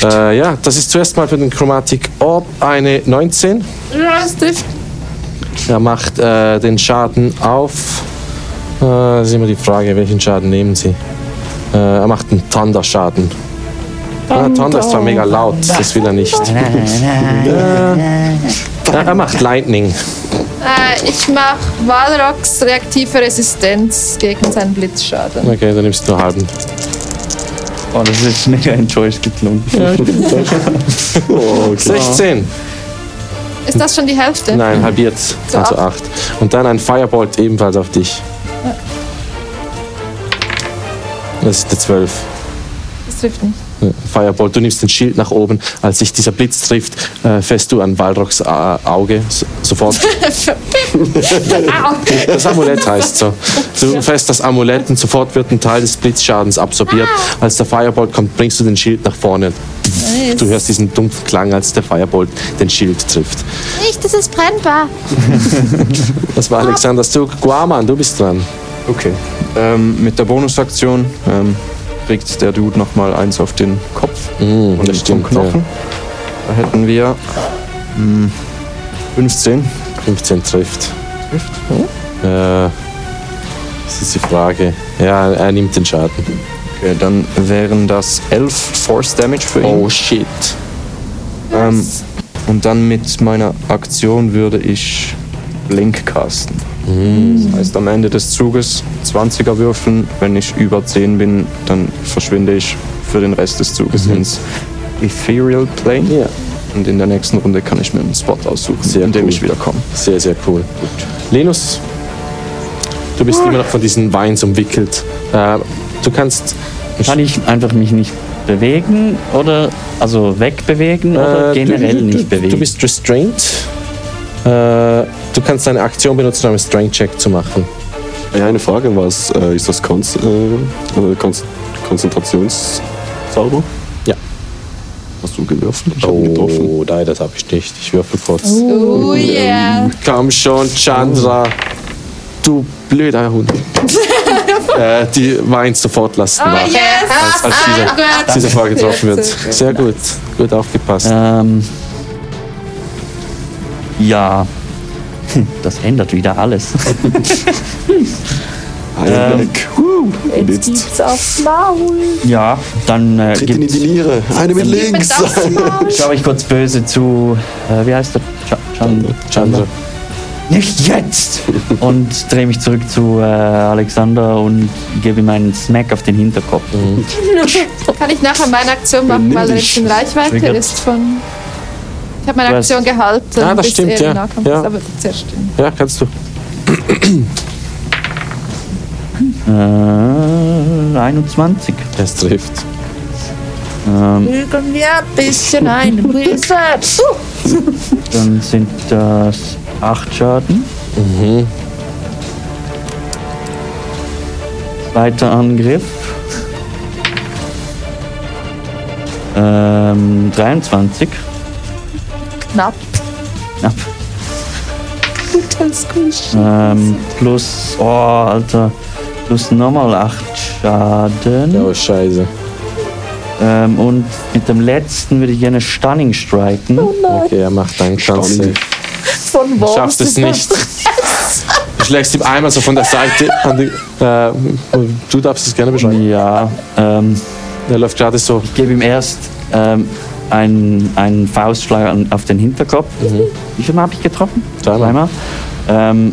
Äh, ja, das ist zuerst mal für den Chromatic Orb eine 19.
Das trifft.
Er macht äh, den Schaden auf. Äh, das ist immer die Frage, welchen Schaden nehmen Sie? Äh, er macht einen Thunder-Schaden. Ah, Thunder ist zwar mega laut, das will er nicht. Äh, er macht Lightning.
Äh, ich mache Walrocks reaktive Resistenz gegen seinen Blitzschaden.
Okay, dann nimmst du nur halben.
Oh, das ist mega enttäuscht geklungen.
Oh, okay.
16.
Ist das schon die Hälfte?
Nein, halbiert. also 8. Und dann ein Firebolt ebenfalls auf dich. Das ist eine 12.
Das trifft nicht.
Firebolt, du nimmst den Schild nach oben. Als sich dieser Blitz trifft, äh, fährst du an Walrocks äh, Auge so, sofort. das Amulett heißt so. Du fährst das Amulett und sofort wird ein Teil des Blitzschadens absorbiert. Als der Firebolt kommt, bringst du den Schild nach vorne. Du hörst diesen dumpfen Klang, als der Firebolt den Schild trifft.
Nicht, das ist brennbar.
Das war Alexanders Zug. Guaman, du bist dran.
Okay. Ähm, mit der Bonusaktion ähm, kriegt der Dude nochmal eins auf den Kopf und
das
das
stimmt,
zum Mhm, Knochen. Da hätten wir
hm,
mm, 15.
15 trifft. Äh, das ist die Frage. Ja, er nimmt den Schaden.
Okay, dann wären das 11 Force Damage für ihn.
Oh, shit.
Ähm, und dann mit meiner Aktion würde ich Blink casten.
Mhm.
Das heißt, am Ende des Zuges 20er würfeln. Wenn ich über 10 bin, dann verschwinde ich für den Rest des Zuges ins Ethereal Plane.
Mhm. Ja.
Und in der nächsten Runde kann ich mir einen Spot aussuchen,
Sehr
in dem
cool.
ich wiederkomme.
Sehr, sehr cool. Linus, du bist immer noch von diesen Weins umwickelt. Äh, du kannst.
Kann ich einfach mich nicht bewegen oder also wegbewegen oder
Äh,
generell
du,
nicht
du,
bewegen?
Du bist restrained. Äh, du kannst deine Aktion benutzen, um einen Strength-Check zu machen.
Ja, eine Frage, was äh, ist das Konz äh, oder Konz Konzentrationszauber?
Ja.
Hast du gewürfelt? Ich hab ihn getroffen.
nein, Oh, das habe ich nicht. Ich würfel kurz.
Oh yeah.
Komm schon, Chandra. Du blöder Hund. äh, die weint sofort lassen nach,
Yes.
als, als
ah.
diese, als diese Frage getroffen wird. Sehr gut. Gut aufgepasst.
Ähm, ja. Hm, Das ändert wieder alles.
Ähm,
Ein Weg. Huh. Und
Jetzt
jetzt
gibt's aufs Maul.
ja, dann äh,
tritt ihn in
gibt,
die Niere. Eine mit links.
schaue ich kurz böse zu. Äh, wie heißt der? Ch Chandra.
Chandra.
Nicht jetzt! Und drehe mich zurück zu äh, Alexander und gebe ihm einen Smack auf den Hinterkopf.
Kann ich nachher meine Aktion machen, weil er jetzt in Reichweite
Triggert.
ist von. Ich habe meine
Du
Aktion
hast-
gehalten.
Ah, das
bis
stimmt,
er
ja.
nahe kam.
Ja.
Aber zuerst.
Ja, kannst du.
Äh, 21.
Es trifft. Hm.
Ähm,
Lügen wir ein bisschen ein. Research.
Dann sind das 8 Schaden.
Mhm.
Zweiter Angriff. Ähm, 23.
Knapp.
Knapp. Ähm, plus, oh, Alter. Plus nochmal 8 Schaden.
Oh, scheiße.
Ähm, und mit dem letzten würde ich gerne Stunning striken.
Okay, er macht einen Chance.
Spannend.
Von wo?
Schaffst es nicht. Du schlägst ihm einmal so von der Seite an die, äh, Du darfst es gerne beschreiben.
Ja, ähm,
Er läuft gerade so.
Ich gebe ihm erst ähm, einen, einen Faustschlag an, auf den Hinterkopf. Wie viel Mal habe ich getroffen?
Dreimal.
Dreimal. Ähm,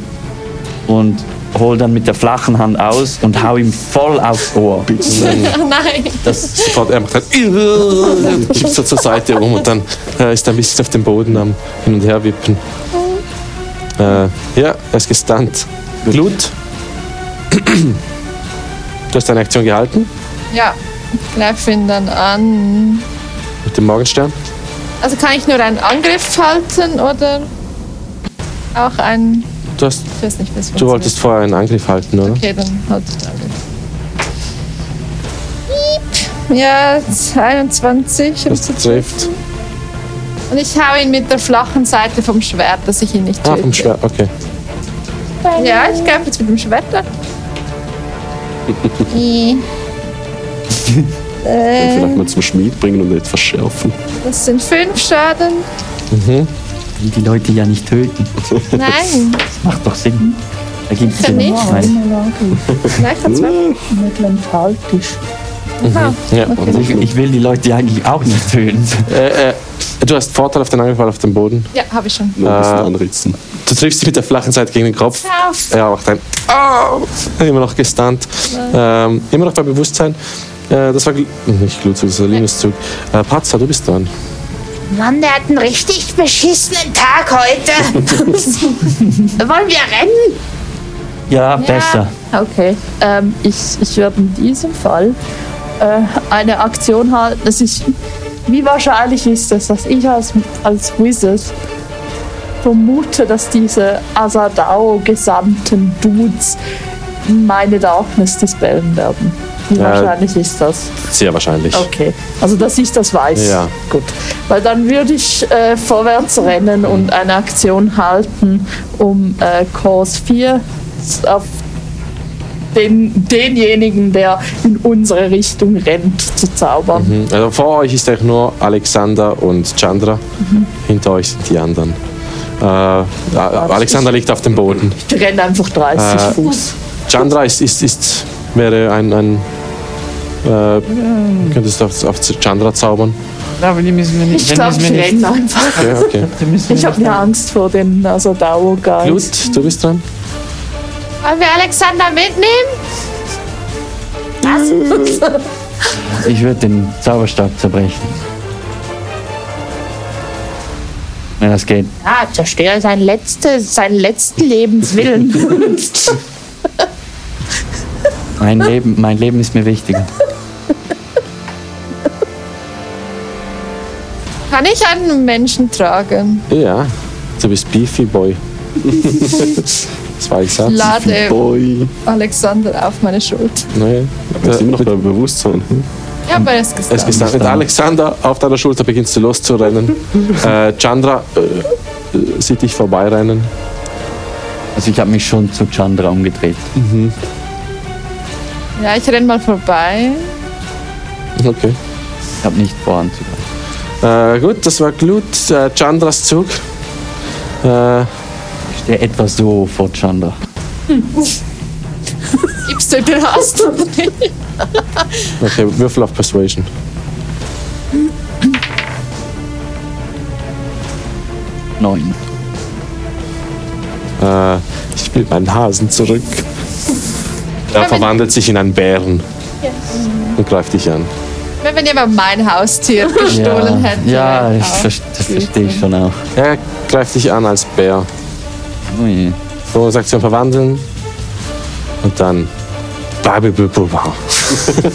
und hol dann mit der flachen Hand aus und hau ihm voll aufs Ohr.
Nein.
Das,
Sofort, er macht halt. Schiebt so zur Seite um und dann äh, ist er ein bisschen auf dem Boden am Hin- und Herwippen. Äh, ja, er ist gestunt. Glut. Du hast deine Aktion gehalten
Ja. Ich greife ihn dann an.
mit dem Morgenstern.
Also kann ich nur einen Angriff halten oder auch einen.
Du, hast,
Ich weiß nicht, wie es
du
funktioniert.
wolltest vorher einen Angriff halten, oder?
Okay, dann halt den Angriff. Piep. Ja, 21.
Das trifft.
Und ich hau ihn mit der flachen Seite vom Schwert, dass ich ihn nicht töte.
Ah, vom Schwert, okay.
Ja, ich greife jetzt mit dem Schwert an. I.
Dann vielleicht mal zum Schmied bringen und etwas schärfen.
Ähm. Das sind fünf Schaden.
will die Leute ja nicht töten.
Nein,
Das macht doch Sinn. Da gibt es
Ja,
ja
nicht.
noch einen.
gleich hat zwei.
Mit Mentaltisch.
Aha.
Ja.
Also ich, ich will die Leute ja eigentlich auch nicht töten.
Äh, äh, du hast Vorteil auf den Angriff, weil auf dem Boden.
Ja, habe ich schon.
Nur ein bisschen
Ah.
anritzen.
Du triffst dich mit der flachen Seite gegen den Kopf.
Auf.
Er macht ein. Au! Immer noch gestunt. Ähm, immer noch bei Bewusstsein. Äh, das war Gl- nicht Glutzug, das war Linuszug. Äh, Patzer, du bist dran.
Mann, der hat einen richtig beschissenen Tag heute. Wollen wir rennen?
Ja, besser.
Okay. Ähm, ich ich würde in diesem Fall äh, eine Aktion halten. Es ist, wie wahrscheinlich ist es, dass ich als, als Wizard vermute, dass diese Asadao gesamten Dudes meine Darkness dispellen werden. Wie
Ja.
wahrscheinlich ist das?
Äh, Sehr wahrscheinlich.
Okay, also dass ich das weiß.
Ja.
Gut. Weil dann würde ich äh, vorwärts rennen und eine Aktion halten, um äh, Cause 4 auf den, denjenigen, der in unsere Richtung rennt, zu zaubern.
Mhm. Also vor euch ist eigentlich nur Alexander und Chandra. Hinter euch sind die anderen. Äh, A- Alexander liegt auf dem Boden.
Ich renne einfach 30
Äh,
Fuß.
Chandra ist, ist, ist wäre ein. ein äh, könntest du auf, auf Chandra zaubern?
Aber die müssen wir nicht.
Ich glaube, ich renne einfach.
Okay, okay.
Ich habe mir Angst vor den Asadao-Guys.
Blut, du bist dran.
Wollen wir Alexander mitnehmen?
Ich würde den Zauberstab zerbrechen. Wenn das geht.
Ja, zerstöre Ah, sein letztes, seinen letzten Lebenswillen.
Mein Leben, mein Leben ist mir wichtiger.
Kann ich einen Menschen tragen?
Ja, du bist Beefy Boy. Zwei Satz.
Lade
Boy.
Alexander auf meine Schulter.
Nee.
Das ist immer noch bei Bewusstsein. hm?
Ja, aber es gesagt.
Äh, Es ist mit Alexander auf deiner Schulter beginnst du loszurennen. äh, Chandra äh, äh, sieht dich vorbeirennen.
Also ich habe mich schon zu Chandra umgedreht.
Ja, ich renn mal vorbei.
Okay.
Ich habe nicht vor anzugreifen.
Äh, gut, das war Glut. Äh, Chandras Zug. Äh,
Ich stehe etwa so vor Chandra.
Gibst du den Hast?
okay, Würfel auf Persuasion.
Neun.
Äh, ich will meinen Hasen zurück. Er verwandelt sich in einen Bären und greift dich an.
Wenn wenn jemand mein Haustier gestohlen
ja, Oh,
hätte.
ja
wäre
ich
auch
verste- das verstehe ich schon auch. Oh
Er greift dich an als Bär.
Ui.
Bonusaktion verwandeln. Und dann. Babibububau.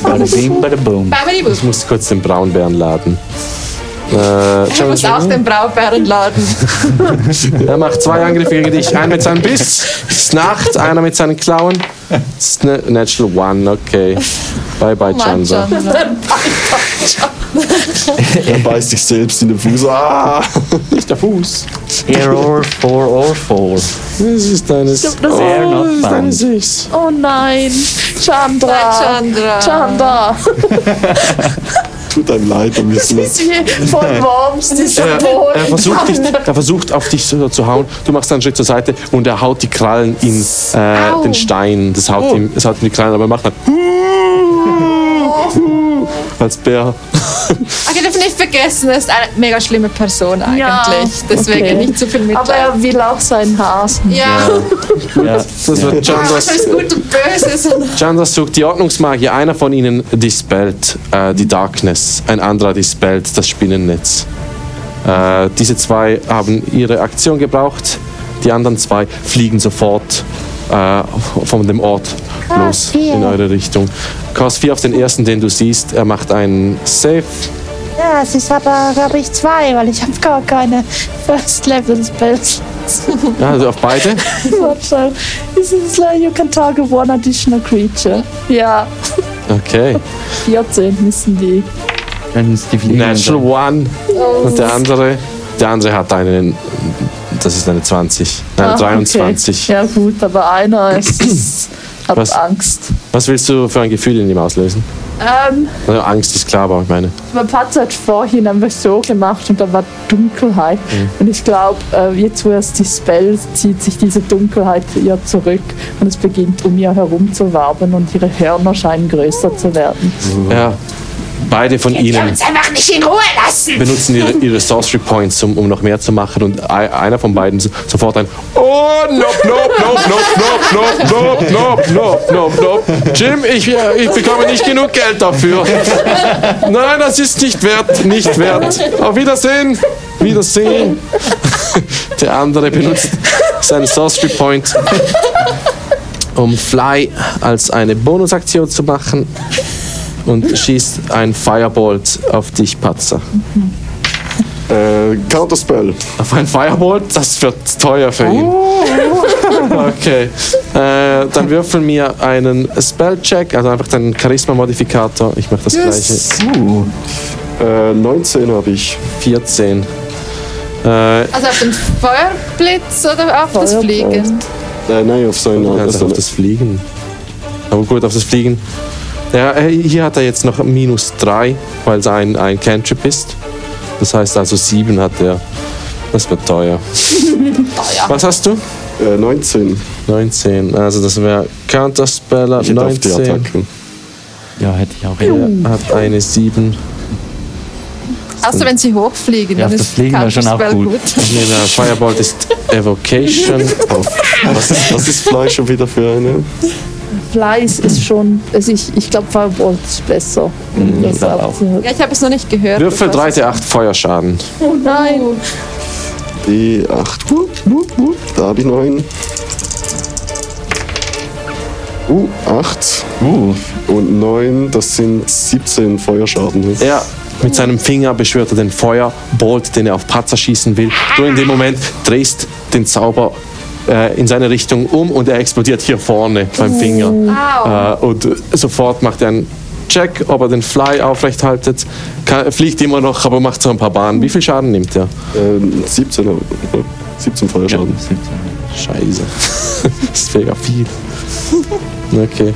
Bada bing, bada boom.
Babadibu.
Ich muss kurz den Braunbären laden. Äh,
Ich muss auch den Braubären laden.
er macht zwei Angriffe gegen dich. Einen mit seinem Biss, snarcht, einer mit seinen Klauen. Ist ne- Natural One, okay. Bye bye,
Mann,
Chandra.
Chandra.
Er beißt sich selbst in den Fuß. Ah!
Nicht der Fuß.
Error 4 or 4.
Das ist deines.
Ich glaub, das-
Fair
das
not
ist deine
found.
Sechs.
Oh nein, Chandra.
Chandra.
Chandra.
Tut einem leid, wir müssen das.
Ist wie von Worms, dieser
Er,
Boden.
er, versucht dich, er versucht auf dich so zu hauen. Du machst einen Schritt zur Seite und er haut die Krallen in äh, den Stein. Das haut, ihm, das haut ihm die Krallen, aber er macht halt dann. Als Bär.
Okay, dürfen nicht vergessen, er ist eine mega schlimme Person eigentlich.
Ja,
Deswegen
okay.
nicht zu viel
Aber
Mitleid.
er will auch seinen Hasen.
ja, ja.
Ja.
Das war
das
Chandras,
ist gut und böse. sondern-
Chandras Zug. Die Ordnungsmagie. Einer von ihnen dispellt äh, die Darkness. Ein anderer dispellt das Spinnennetz. Äh, diese zwei haben ihre Aktion gebraucht. Die anderen zwei fliegen sofort äh, von dem Ort los
vier.
in eure Richtung. Cos 4 auf den ersten, den du siehst. Er macht einen Save.
ja, es ist aber, glaube ich, zwei, weil ich habe gar keine First-Level-Spells.
Ja, also auf beide.
Watschall. This is like you can target one additional creature. Ja,
Okay.
14 müssen die.
Dann ist die Fliege.
Natural One.
Oh.
Und der andere, der andere hat einen. Das ist eine 20. Nein,
Ah,
23.
Okay. Ja gut, aber einer ist, hat
Was?
Angst.
Was willst du für ein Gefühl in ihm auslösen?
Ähm,
Also Angst ist klar, aber ich meine.
mein Patz hat vorhin einfach so gemacht und da war Dunkelheit. Und ich glaube, äh, jetzt wo er die Spell zieht sich diese Dunkelheit zu ihr zurück und es beginnt um ihr herum zu werben und ihre Hörner scheinen größer zu werden.
Ja, beide von ihnen
Uns einfach nicht in Ruhe lassen!
benutzen ihre, ihre Sorcery Points, um, um noch mehr zu machen. Und ei- einer von beiden so- sofort ein Oh, nope, nope, nope, nope, nope, nope, nope, nope, nope, nope. Jim, ich, äh, ich bekomme nicht genug Geld dafür. Nein, das ist nicht wert, nicht wert. Auf Wiedersehen, Wiedersehen. Der andere benutzt seinen Sorcery Point, um Fly als eine Bonusaktion zu machen. und schießt ein Firebolt auf dich, Patzer.
Äh, Counterspell.
Auf ein Firebolt? Das wird teuer für ihn. Okay. Äh, dann würfel mir einen Spellcheck, also einfach deinen Charisma-Modifikator. Ich mache das gleiche.
Uh. Äh, 19 habe ich.
14. Äh,
Also auf den Feuerblitz oder auf das Fliegen?
Äh, nein, auf seinen
Ja, also auf das Fliegen. Aber gut, auf das Fliegen. Ja, äh, hier hat er jetzt noch minus 3, weil es ein, ein Cantrip ist. Das heißt also 7 hat er. Das wird teuer. Was hast du?
Äh, 19.
19. Also das wäre Counterspeller.
Ich hätte auf die
19.
Attacke.
Ja, hätte ich auch.
Er hat eine 7.
Außer wenn sie hochfliegen,
Ja,
dann
das
ist
Fliegen war schon auch
Counterspell
gut.
Nee, der Firebolt ist Evocation.
Was ist, was ist Fleisch schon wieder für eine?
Fleiß ist schon, also ich, ich glaube, Firebolt ist besser. um Das
glaub auch.
abzuhören.
Ja, ich habe es noch nicht gehört.
Würfel
das weiß
3D8 Feuerschaden.
Nein,
Die 8. Wup, wup, wup. Da habe ich noch einen. Uh, 8
Uh,
und 9, das sind 17 Feuerschaden.
Er mit seinem Finger beschwört er den Feuerbolt, den er auf Patzer schießen will. Du in dem Moment drehst den Zauber äh, in seine Richtung um und er explodiert hier vorne beim Finger. Äh, und sofort macht er einen Check, ob er den Fly aufrecht haltet. Kann, fliegt immer noch, aber macht so ein paar Bahnen. Wie viel Schaden nimmt er?
Ähm, 17, äh, 17
ja,
Feuerschaden.
Scheiße. das ist mega viel. Okay.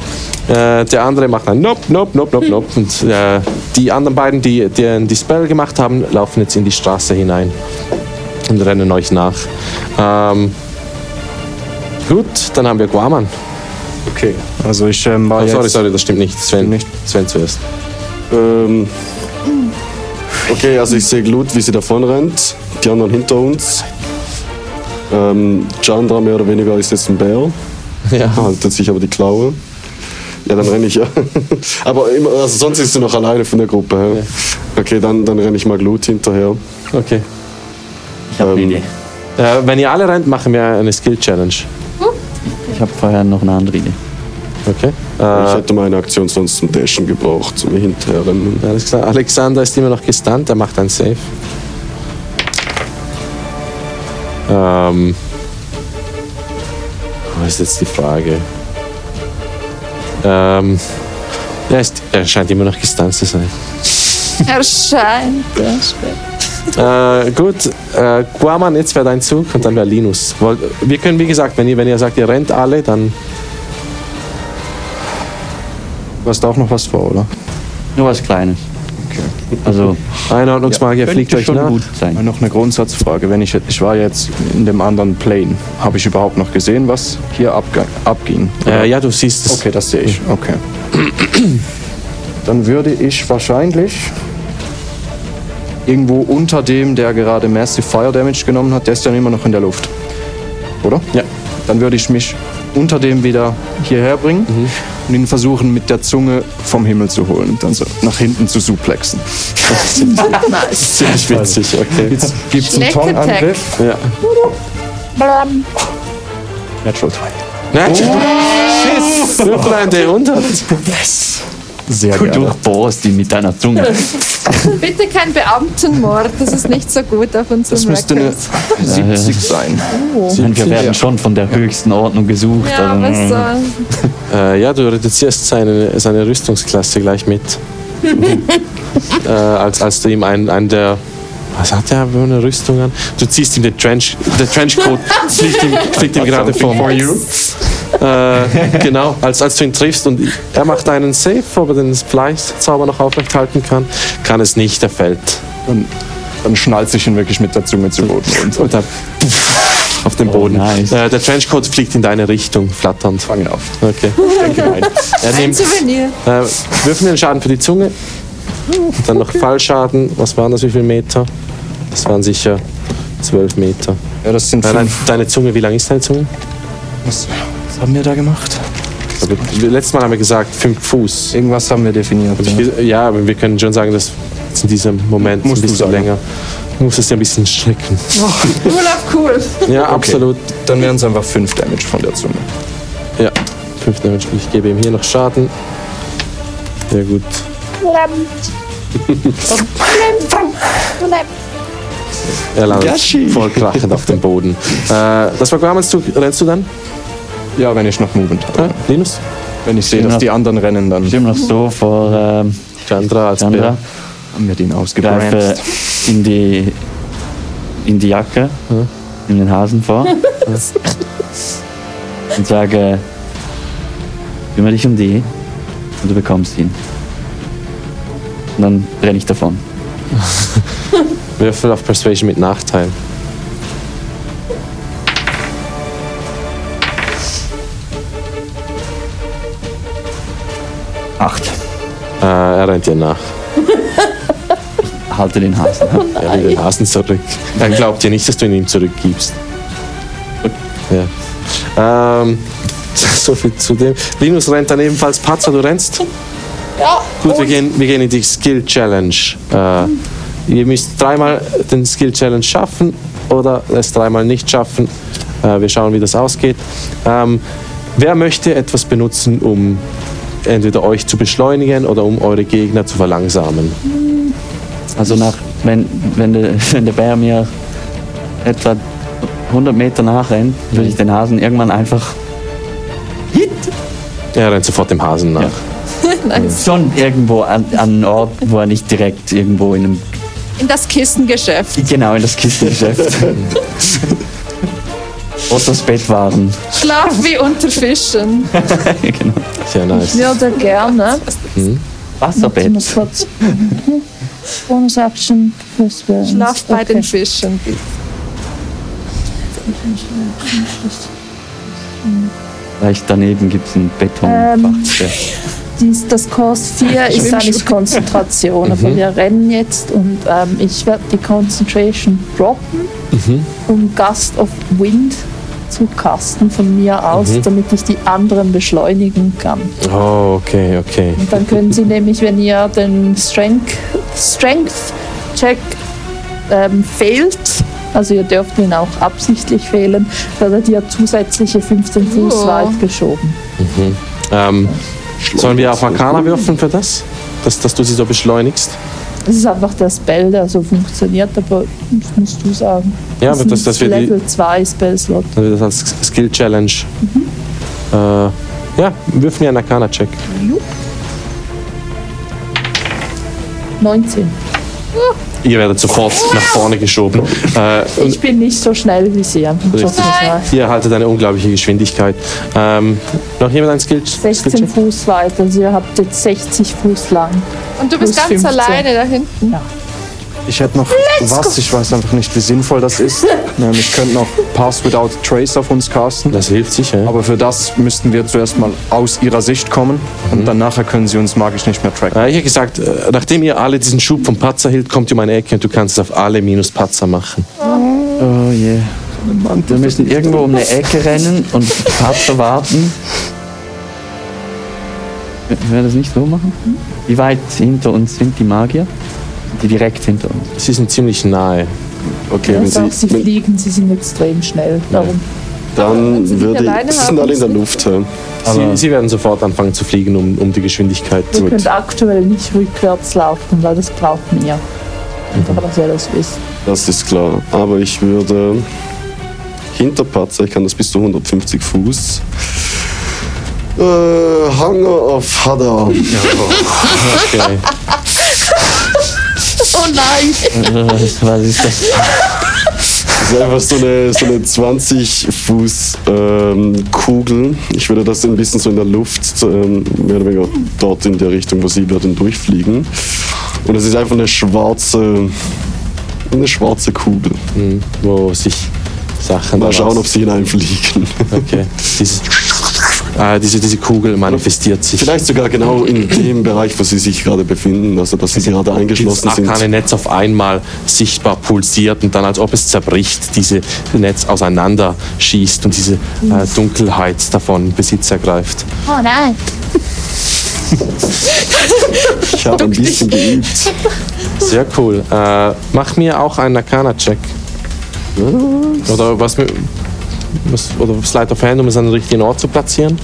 Äh, der andere macht ein Nope, Nope, Nope, Nope, Nope. Und äh, die anderen beiden, die, äh, die die Spell gemacht haben, laufen jetzt in die Straße hinein und rennen euch nach. Ähm, gut, dann haben wir Guaman.
Okay, also ich ähm, war
Oh,
jetzt...
sorry, sorry, das stimmt nicht. Sven,
Stimmt nicht.
Sven zuerst.
Ähm, okay, also ich sehe Glut, wie sie davon rennt. Die anderen hinter uns. Ähm, Chandra mehr oder weniger ist jetzt ein Bär.
Ja.
Haltet sich aber die Klaue. Ja, dann renne ich ja. aber immer, also sonst ist sie noch alleine von der Gruppe. hä? Okay, dann, dann renne ich mal Glut hinterher.
Okay.
ich habe eine
Ähm,
Idee.
Äh, wenn ihr alle rennt, machen wir eine Skill-Challenge.
Ich habe vorher noch eine andere Idee.
Okay.
Ich
Äh,
hätte meine Aktion sonst zum Dashen gebraucht, zum Hinterherrennen.
alles klar. Alexander ist immer noch gestunt, er macht ein Save. Ähm. Was ist jetzt die Frage? Ähm. Er, ist, er scheint immer noch gestunt zu sein.
ich- Erscheint.
Äh, gut, äh, Guaman, jetzt wäre dein Zug und dann wäre Linus. Woll- Wir können, wie gesagt, wenn ihr, wenn ihr sagt, ihr rennt alle, dann.
Du hast auch noch was vor, oder?
Nur was Kleines. Also,
Einordnungsmagier
Ja,
fliegt
könnte
euch
schon
nach.
gut sein.
Äh, Noch eine Grundsatzfrage. Wenn ich, ich war jetzt in dem anderen Plane. Habe ich überhaupt noch gesehen, was hier abge abging?
Äh, ja, du siehst es.
Okay, das sehe ich. Okay. Dann würde ich wahrscheinlich irgendwo unter dem, der gerade Massive Fire Damage genommen hat, der ist dann immer noch in der Luft. Oder?
Ja.
Dann würde ich mich unter dem wieder hierher bringen und ihn versuchen, mit der Zunge vom Himmel zu holen. Dann so nach hinten zu suplexen.
Ziemlich witzig, okay.
Jetzt gibt es einen
Schlecht Attack.
Tong-Angriff.
Ja.
Natural 2.
Nein, Schiss! Würfel ein D100.
Sehr
Du
gut.
durchbohrst ihn mit deiner Zunge.
Bitte kein Beamtenmord, das ist nicht so gut auf
Das
unserem
müsste eine
Record.
70 sein.
Und wir werden
Ja.
schon von der höchsten Ordnung gesucht.
Ja, was
also,
soll?
Äh, ja, du reduzierst seine, seine Rüstungsklasse gleich mit. äh, als, als du ihm einen, einen der. Was hat der für eine Rüstung an? Du ziehst ihm den Trench, der Trenchcoat fliegt ihm, fliegt ihm gerade vor. Äh, genau, als, als du ihn triffst und er macht einen Safe, ob er den Fleischzauber noch aufrecht halten kann, kann es nicht, er fällt.
Dann, dann schnallt sich ihn wirklich mit der Zunge zu Boden. Und
Und dann auf den
Oh,
Boden.
nice.
äh, der Trenchcoat fliegt in deine Richtung, flatternd.
fang ihn auf.
Okay. er
Ein
nimmt, äh,
Souvenir.
wirf mir den Schaden für die Zunge. Dann noch Fallschaden. Was waren das? Wie viele Meter? Das waren sicher 12 Meter.
Ja, das sind
Nein, nein,
fünf.
deine Zunge, wie lang ist deine Zunge?
Was, was haben wir da gemacht?
Aber Also, Letztes Mal haben wir gesagt 5 Fuß.
Irgendwas haben wir definiert.
Hab ich
Ja.
ge- Ja, aber wir können schon sagen, dass in diesem Moment
Musst
ein
du
bisschen
sagen.
länger. Muss es ja ein bisschen strecken.
Cool auf cool.
Ja, absolut.
Dann wären es einfach 5 Damage von der Zunge.
Ja, 5 Damage. Ich gebe ihm hier noch Schaden. Sehr gut. Er landet voll krachend auf dem Boden. Äh, das war Grammelszug. Rennst du dann,
Ja, wenn ich noch Movement habe.
äh, Linus?
Wenn ich sehe,
Genau.
dass die anderen rennen, dann
Ich bin noch so vor ähm,
Chandra als
Chandra,
Bär.
haben wir den
greife
ausgebrannt.
in die, in die Jacke, in den Hasen vor und sage, kümmere dich um die und du bekommst ihn. Und dann renne ich davon.
Würfel auf Persuasion mit Nachteil.
Acht.
Äh, er rennt dir nach.
Halte den Hasen.
Er will den Hasen zurück. Er glaubt dir nicht, dass du ihn ihm zurückgibst. Ja. Ähm, so viel zu dem. Linus rennt dann ebenfalls. Patzer, du rennst?
Ja,
Gut, wir gehen, wir gehen in die Skill Challenge. Äh, ihr müsst dreimal den Skill Challenge schaffen oder es dreimal nicht schaffen. Äh, wir schauen, wie das ausgeht. Ähm, wer möchte etwas benutzen, um entweder euch zu beschleunigen oder um eure Gegner zu verlangsamen?
Also nach, wenn, wenn, der, wenn der Bär mir etwa 100 Meter nachrennt, würde ich den Hasen irgendwann einfach
Er rennt sofort dem Hasen nach.
Ja. schon irgendwo an, an einen Ort, wo er nicht direkt irgendwo in einem,
in das Kissengeschäft.
genau in das Kistengeschäft oder das Bett waren.
Schlaf wie unter Fischen.
genau.
Sehr nice.
würde gerne. Warte mal
Wasserbett.
kurz. Bonus Action. plus Willen.
Schlaf bei
Okay.
den Fischen.
Gleich daneben gibt es ein Beton.
Ähm. Dies, das Kurs 4 ist eigentlich Konzentration. Aber wir rennen jetzt und ähm, ich werde die Concentration droppen, um Gust of Wind zu casten von mir aus, damit ich die anderen beschleunigen kann.
Oh, okay, okay.
Und dann können sie nämlich, wenn ihr den Strength, Strength Check ähm, fehlt, also ihr dürft ihn auch absichtlich fehlen, werdet ihr zusätzliche 15 Fuß
Oh.
weit geschoben.
Ähm, sollen wir auf Arcana würfeln für das? Dass, dass du sie so beschleunigst?
Das ist einfach der Spell, der so funktioniert, aber das musst du sagen.
Ja, aber das,
ist
dass wir die,
Level 2 Spellslot.
dass wir das als Skill Challenge. Äh, ja, wirf mir einen Arcana-Check.
19.
Ihr werdet sofort nach vorne geschoben. Äh, und
Ich bin nicht so schnell wie sie. einfach schon
Richtig.
mal.
ihr erhaltet eine unglaubliche Geschwindigkeit. Ähm, noch jemand ein Skill?
16 Fuß weit, also ihr habt jetzt 60 Fuß lang.
Und du bist
Plus
ganz
15.
alleine da hinten.
Ich hätte noch was, ich weiß einfach nicht, wie sinnvoll das ist. Nämlich ich könnte noch Pass Without Trace auf uns casten.
Das hilft sicher.
Aber für das müssten wir zuerst mal aus ihrer Sicht kommen und dann nachher können sie uns magisch nicht mehr tracken.
Äh, ich hätte gesagt, äh, nachdem ihr alle diesen Schub vom Patzer hielt, kommt ihr um eine Ecke und du kannst es auf alle minus Patzer machen.
Oh je. Wir müssen irgendwo um eine Ecke rennen und Patzer warten. Wäre das nicht so machen? Wie weit hinter uns sind die Magier? Sind Die direkt hinter uns.
Sie sind ziemlich nahe.
Okay,
Ja,
wenn
sag, sie
sie, wenn,
fliegen, sie sind extrem schnell. Darum
dann würde
alleine
ich. Sie sind
haben,
alle in der Luft. Ja.
Sie, sie werden sofort anfangen zu fliegen, um, um die Geschwindigkeit
Ihr könnt aktuell nicht rückwärts laufen, weil das braucht mir.
Mhm.
Einfach, dass ihr das wisst.
Das ist klar. Aber ich würde hinter Patzer, ich kann das bis zu 150 Fuß. Äh, Hunger of Hadar.
Okay.
Äh, Was was ist das?
Das ist einfach so eine, so eine 20 Fuß ähm, Kugel. Ich würde das ein bisschen so in der Luft, ähm, mehr oder weniger dort in der Richtung, wo sie werden durchfliegen. Und es ist einfach eine schwarze, eine schwarze Kugel.
Mhm, wo sich Sachen.
Mal
daraus-
schauen, ob sie hineinfliegen.
Okay. Dieses, äh, diese, diese Kugel manifestiert sich.
Vielleicht sogar genau in dem Bereich, wo sie sich gerade befinden, also dass sie gerade
dieses
eingeschlossen sind.
arkane Netz auf einmal sichtbar pulsiert und dann, als ob es zerbricht, diese Netz auseinander schießt und diese äh, Dunkelheit davon Besitz ergreift.
Oh nein.
Ich habe ein bisschen geübt.
Sehr cool. Äh, mach mir auch einen Arcana-Check. Oder was mit. Was, oder Slide of Hand, um es an den richtigen Ort zu platzieren.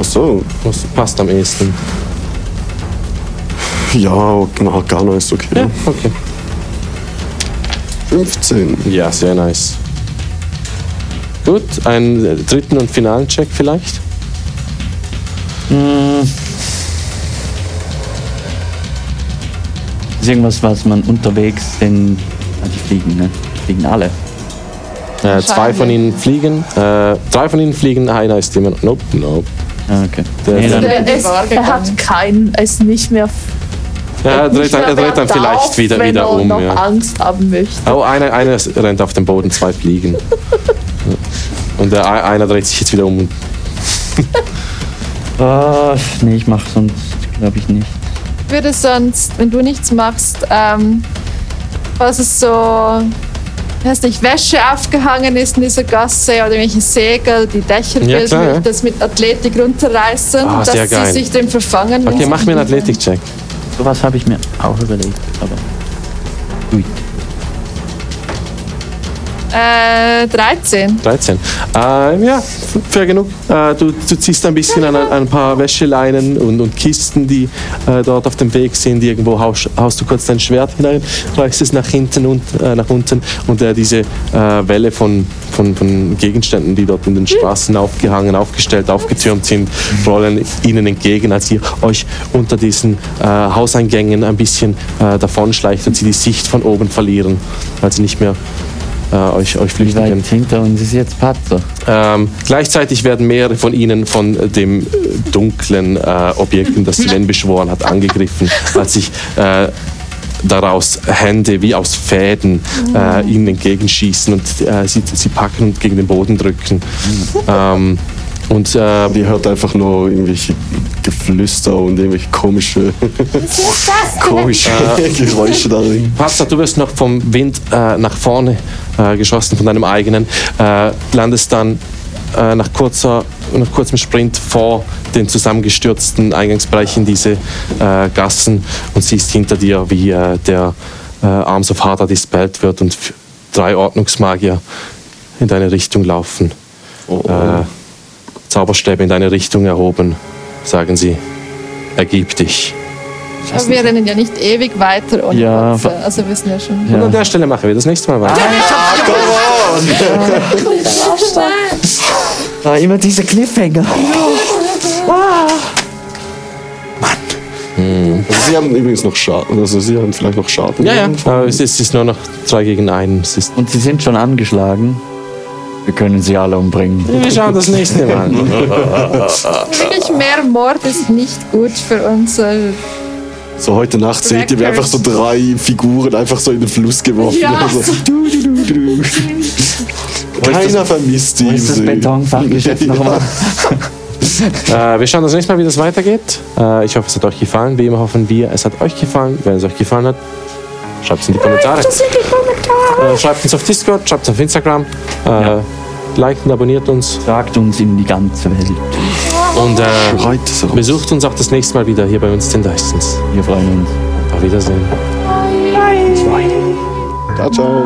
Ach so,
Was passt am ehesten?
Ja, na, Ghana ist okay.
Ja, okay.
15.
Ja, sehr nice. Gut, einen äh, dritten und finalen Check vielleicht.
Ist irgendwas, was man unterwegs den. Ah, die fliegen, ne? Fliegen alle.
Äh, zwei von ihnen fliegen. Äh, drei von ihnen fliegen, einer ist immer. Nope, nope.
Ah, okay.
Der-
Nee, dann,
Er, ist, er hat keinen, er ist nicht mehr.
Ja, er
nicht
Äh, dreht, dann- er
mehr
dreht dann
bergauf,
vielleicht wieder,
wenn
wieder
er
um.
noch
Ja.
Angst haben möchte.
Oh, einer, einer rennt auf den Boden, zwei fliegen. Und der, ei- einer dreht sich jetzt wieder um.
Ah, nee, ich mach sonst, glaube ich, nicht.
Ich würde sonst, wenn du nichts machst, ähm, was es so, ich weiß nicht, Wäsche aufgehangen ist in dieser Gasse oder welche Segel, die Dächer
Ja,
bilden,
klar,
würde
ja.
ich das mit Athletik runterreißen,
Ah,
dass
sehr
sie
geil.
sich dem verfangen.
Okay,
wenn
mach
sie-
mir einen Athletik-Check.
Sowas habe ich mir auch überlegt, aber. Gut.
Äh, 13.
13. Ähm, ja, fair genug. Äh, du, du ziehst ein bisschen an an ein paar Wäscheleinen und, und Kisten, die äh, dort auf dem Weg sind. Irgendwo haust, haust du kurz dein Schwert hinein, reichst es nach hinten und äh, nach unten und äh, diese äh, Welle von, von, von Gegenständen, die dort in den Straßen aufgehangen, aufgestellt, aufgetürmt sind, rollen ihnen entgegen, als ihr euch unter diesen äh, Hauseingängen ein bisschen äh, davonschleicht und sie die Sicht von oben verlieren, weil sie nicht mehr äh, euch, euch
Wie
flüchten
weit
können.
hinter uns ist jetzt Patzer?
Ähm, gleichzeitig werden mehrere von ihnen von äh, dem äh, dunklen äh, Objekten, das Sven beschworen hat, angegriffen, als sich äh, daraus Hände wie aus Fäden äh, ihnen entgegenschießen und äh, sie, sie packen und gegen den Boden drücken. Ähm, und äh,
Die hört einfach nur irgendwelche Geflüster und irgendwelche komische, komische
äh,
Geräusche darin.
Patzer, du wirst noch vom Wind äh, nach vorne äh, geschossen, von deinem eigenen. Äh, landest dann äh, nach, kurzer, nach kurzem Sprint vor den zusammengestürzten Eingangsbereich in diese äh, Gassen und siehst hinter dir, wie äh, der äh, Arms of Harder dispelled wird und f- drei Ordnungsmagier in deine Richtung laufen. Äh, Zauberstäbe in deine Richtung erhoben, sagen sie. Ergib dich.
Aber wir rennen ja nicht ewig weiter ohne
Ja,
Katze.
wa-
Also wir wissen ja schon.
Und
Ja.
an der Stelle machen wir das nächste Mal weiter.
Ah, immer diese Cliffhanger.
Also sie haben übrigens noch Schaden. Also sie haben vielleicht noch Schaden.
Ja, ja. Aber Äh, es ist, es ist nur noch zwei gegen einen. Es ist,
Und sie sind schon angeschlagen. Wir können sie alle umbringen.
wir schauen das nächste Mal.
Wirklich mehr Mord ist nicht gut für unser.
So heute Nacht seht ihr, wie einfach so drei Figuren einfach so in den Fluss geworfen
Ja.
werden. So, du, du, du, du. Keiner vermisst
Wo
die.
ist das Betonfachgeschäft nochmal?
Äh, wir schauen das nächste Mal, wie das weitergeht. Äh, ich hoffe, es hat euch gefallen. Wie immer hoffen wir, es hat euch gefallen. Wenn es euch gefallen hat, schreibt es in die Kommentare. Äh, schreibt uns auf Discord, schreibt es auf Instagram. Äh, Liken, abonniert uns
Tragt uns in die ganze Welt.
und äh,
Schreit es raus.
besucht uns auch das nächste Mal wieder hier bei uns den Dysons.
Wir freuen uns.
Auf Wiedersehen.
Ciao, ciao.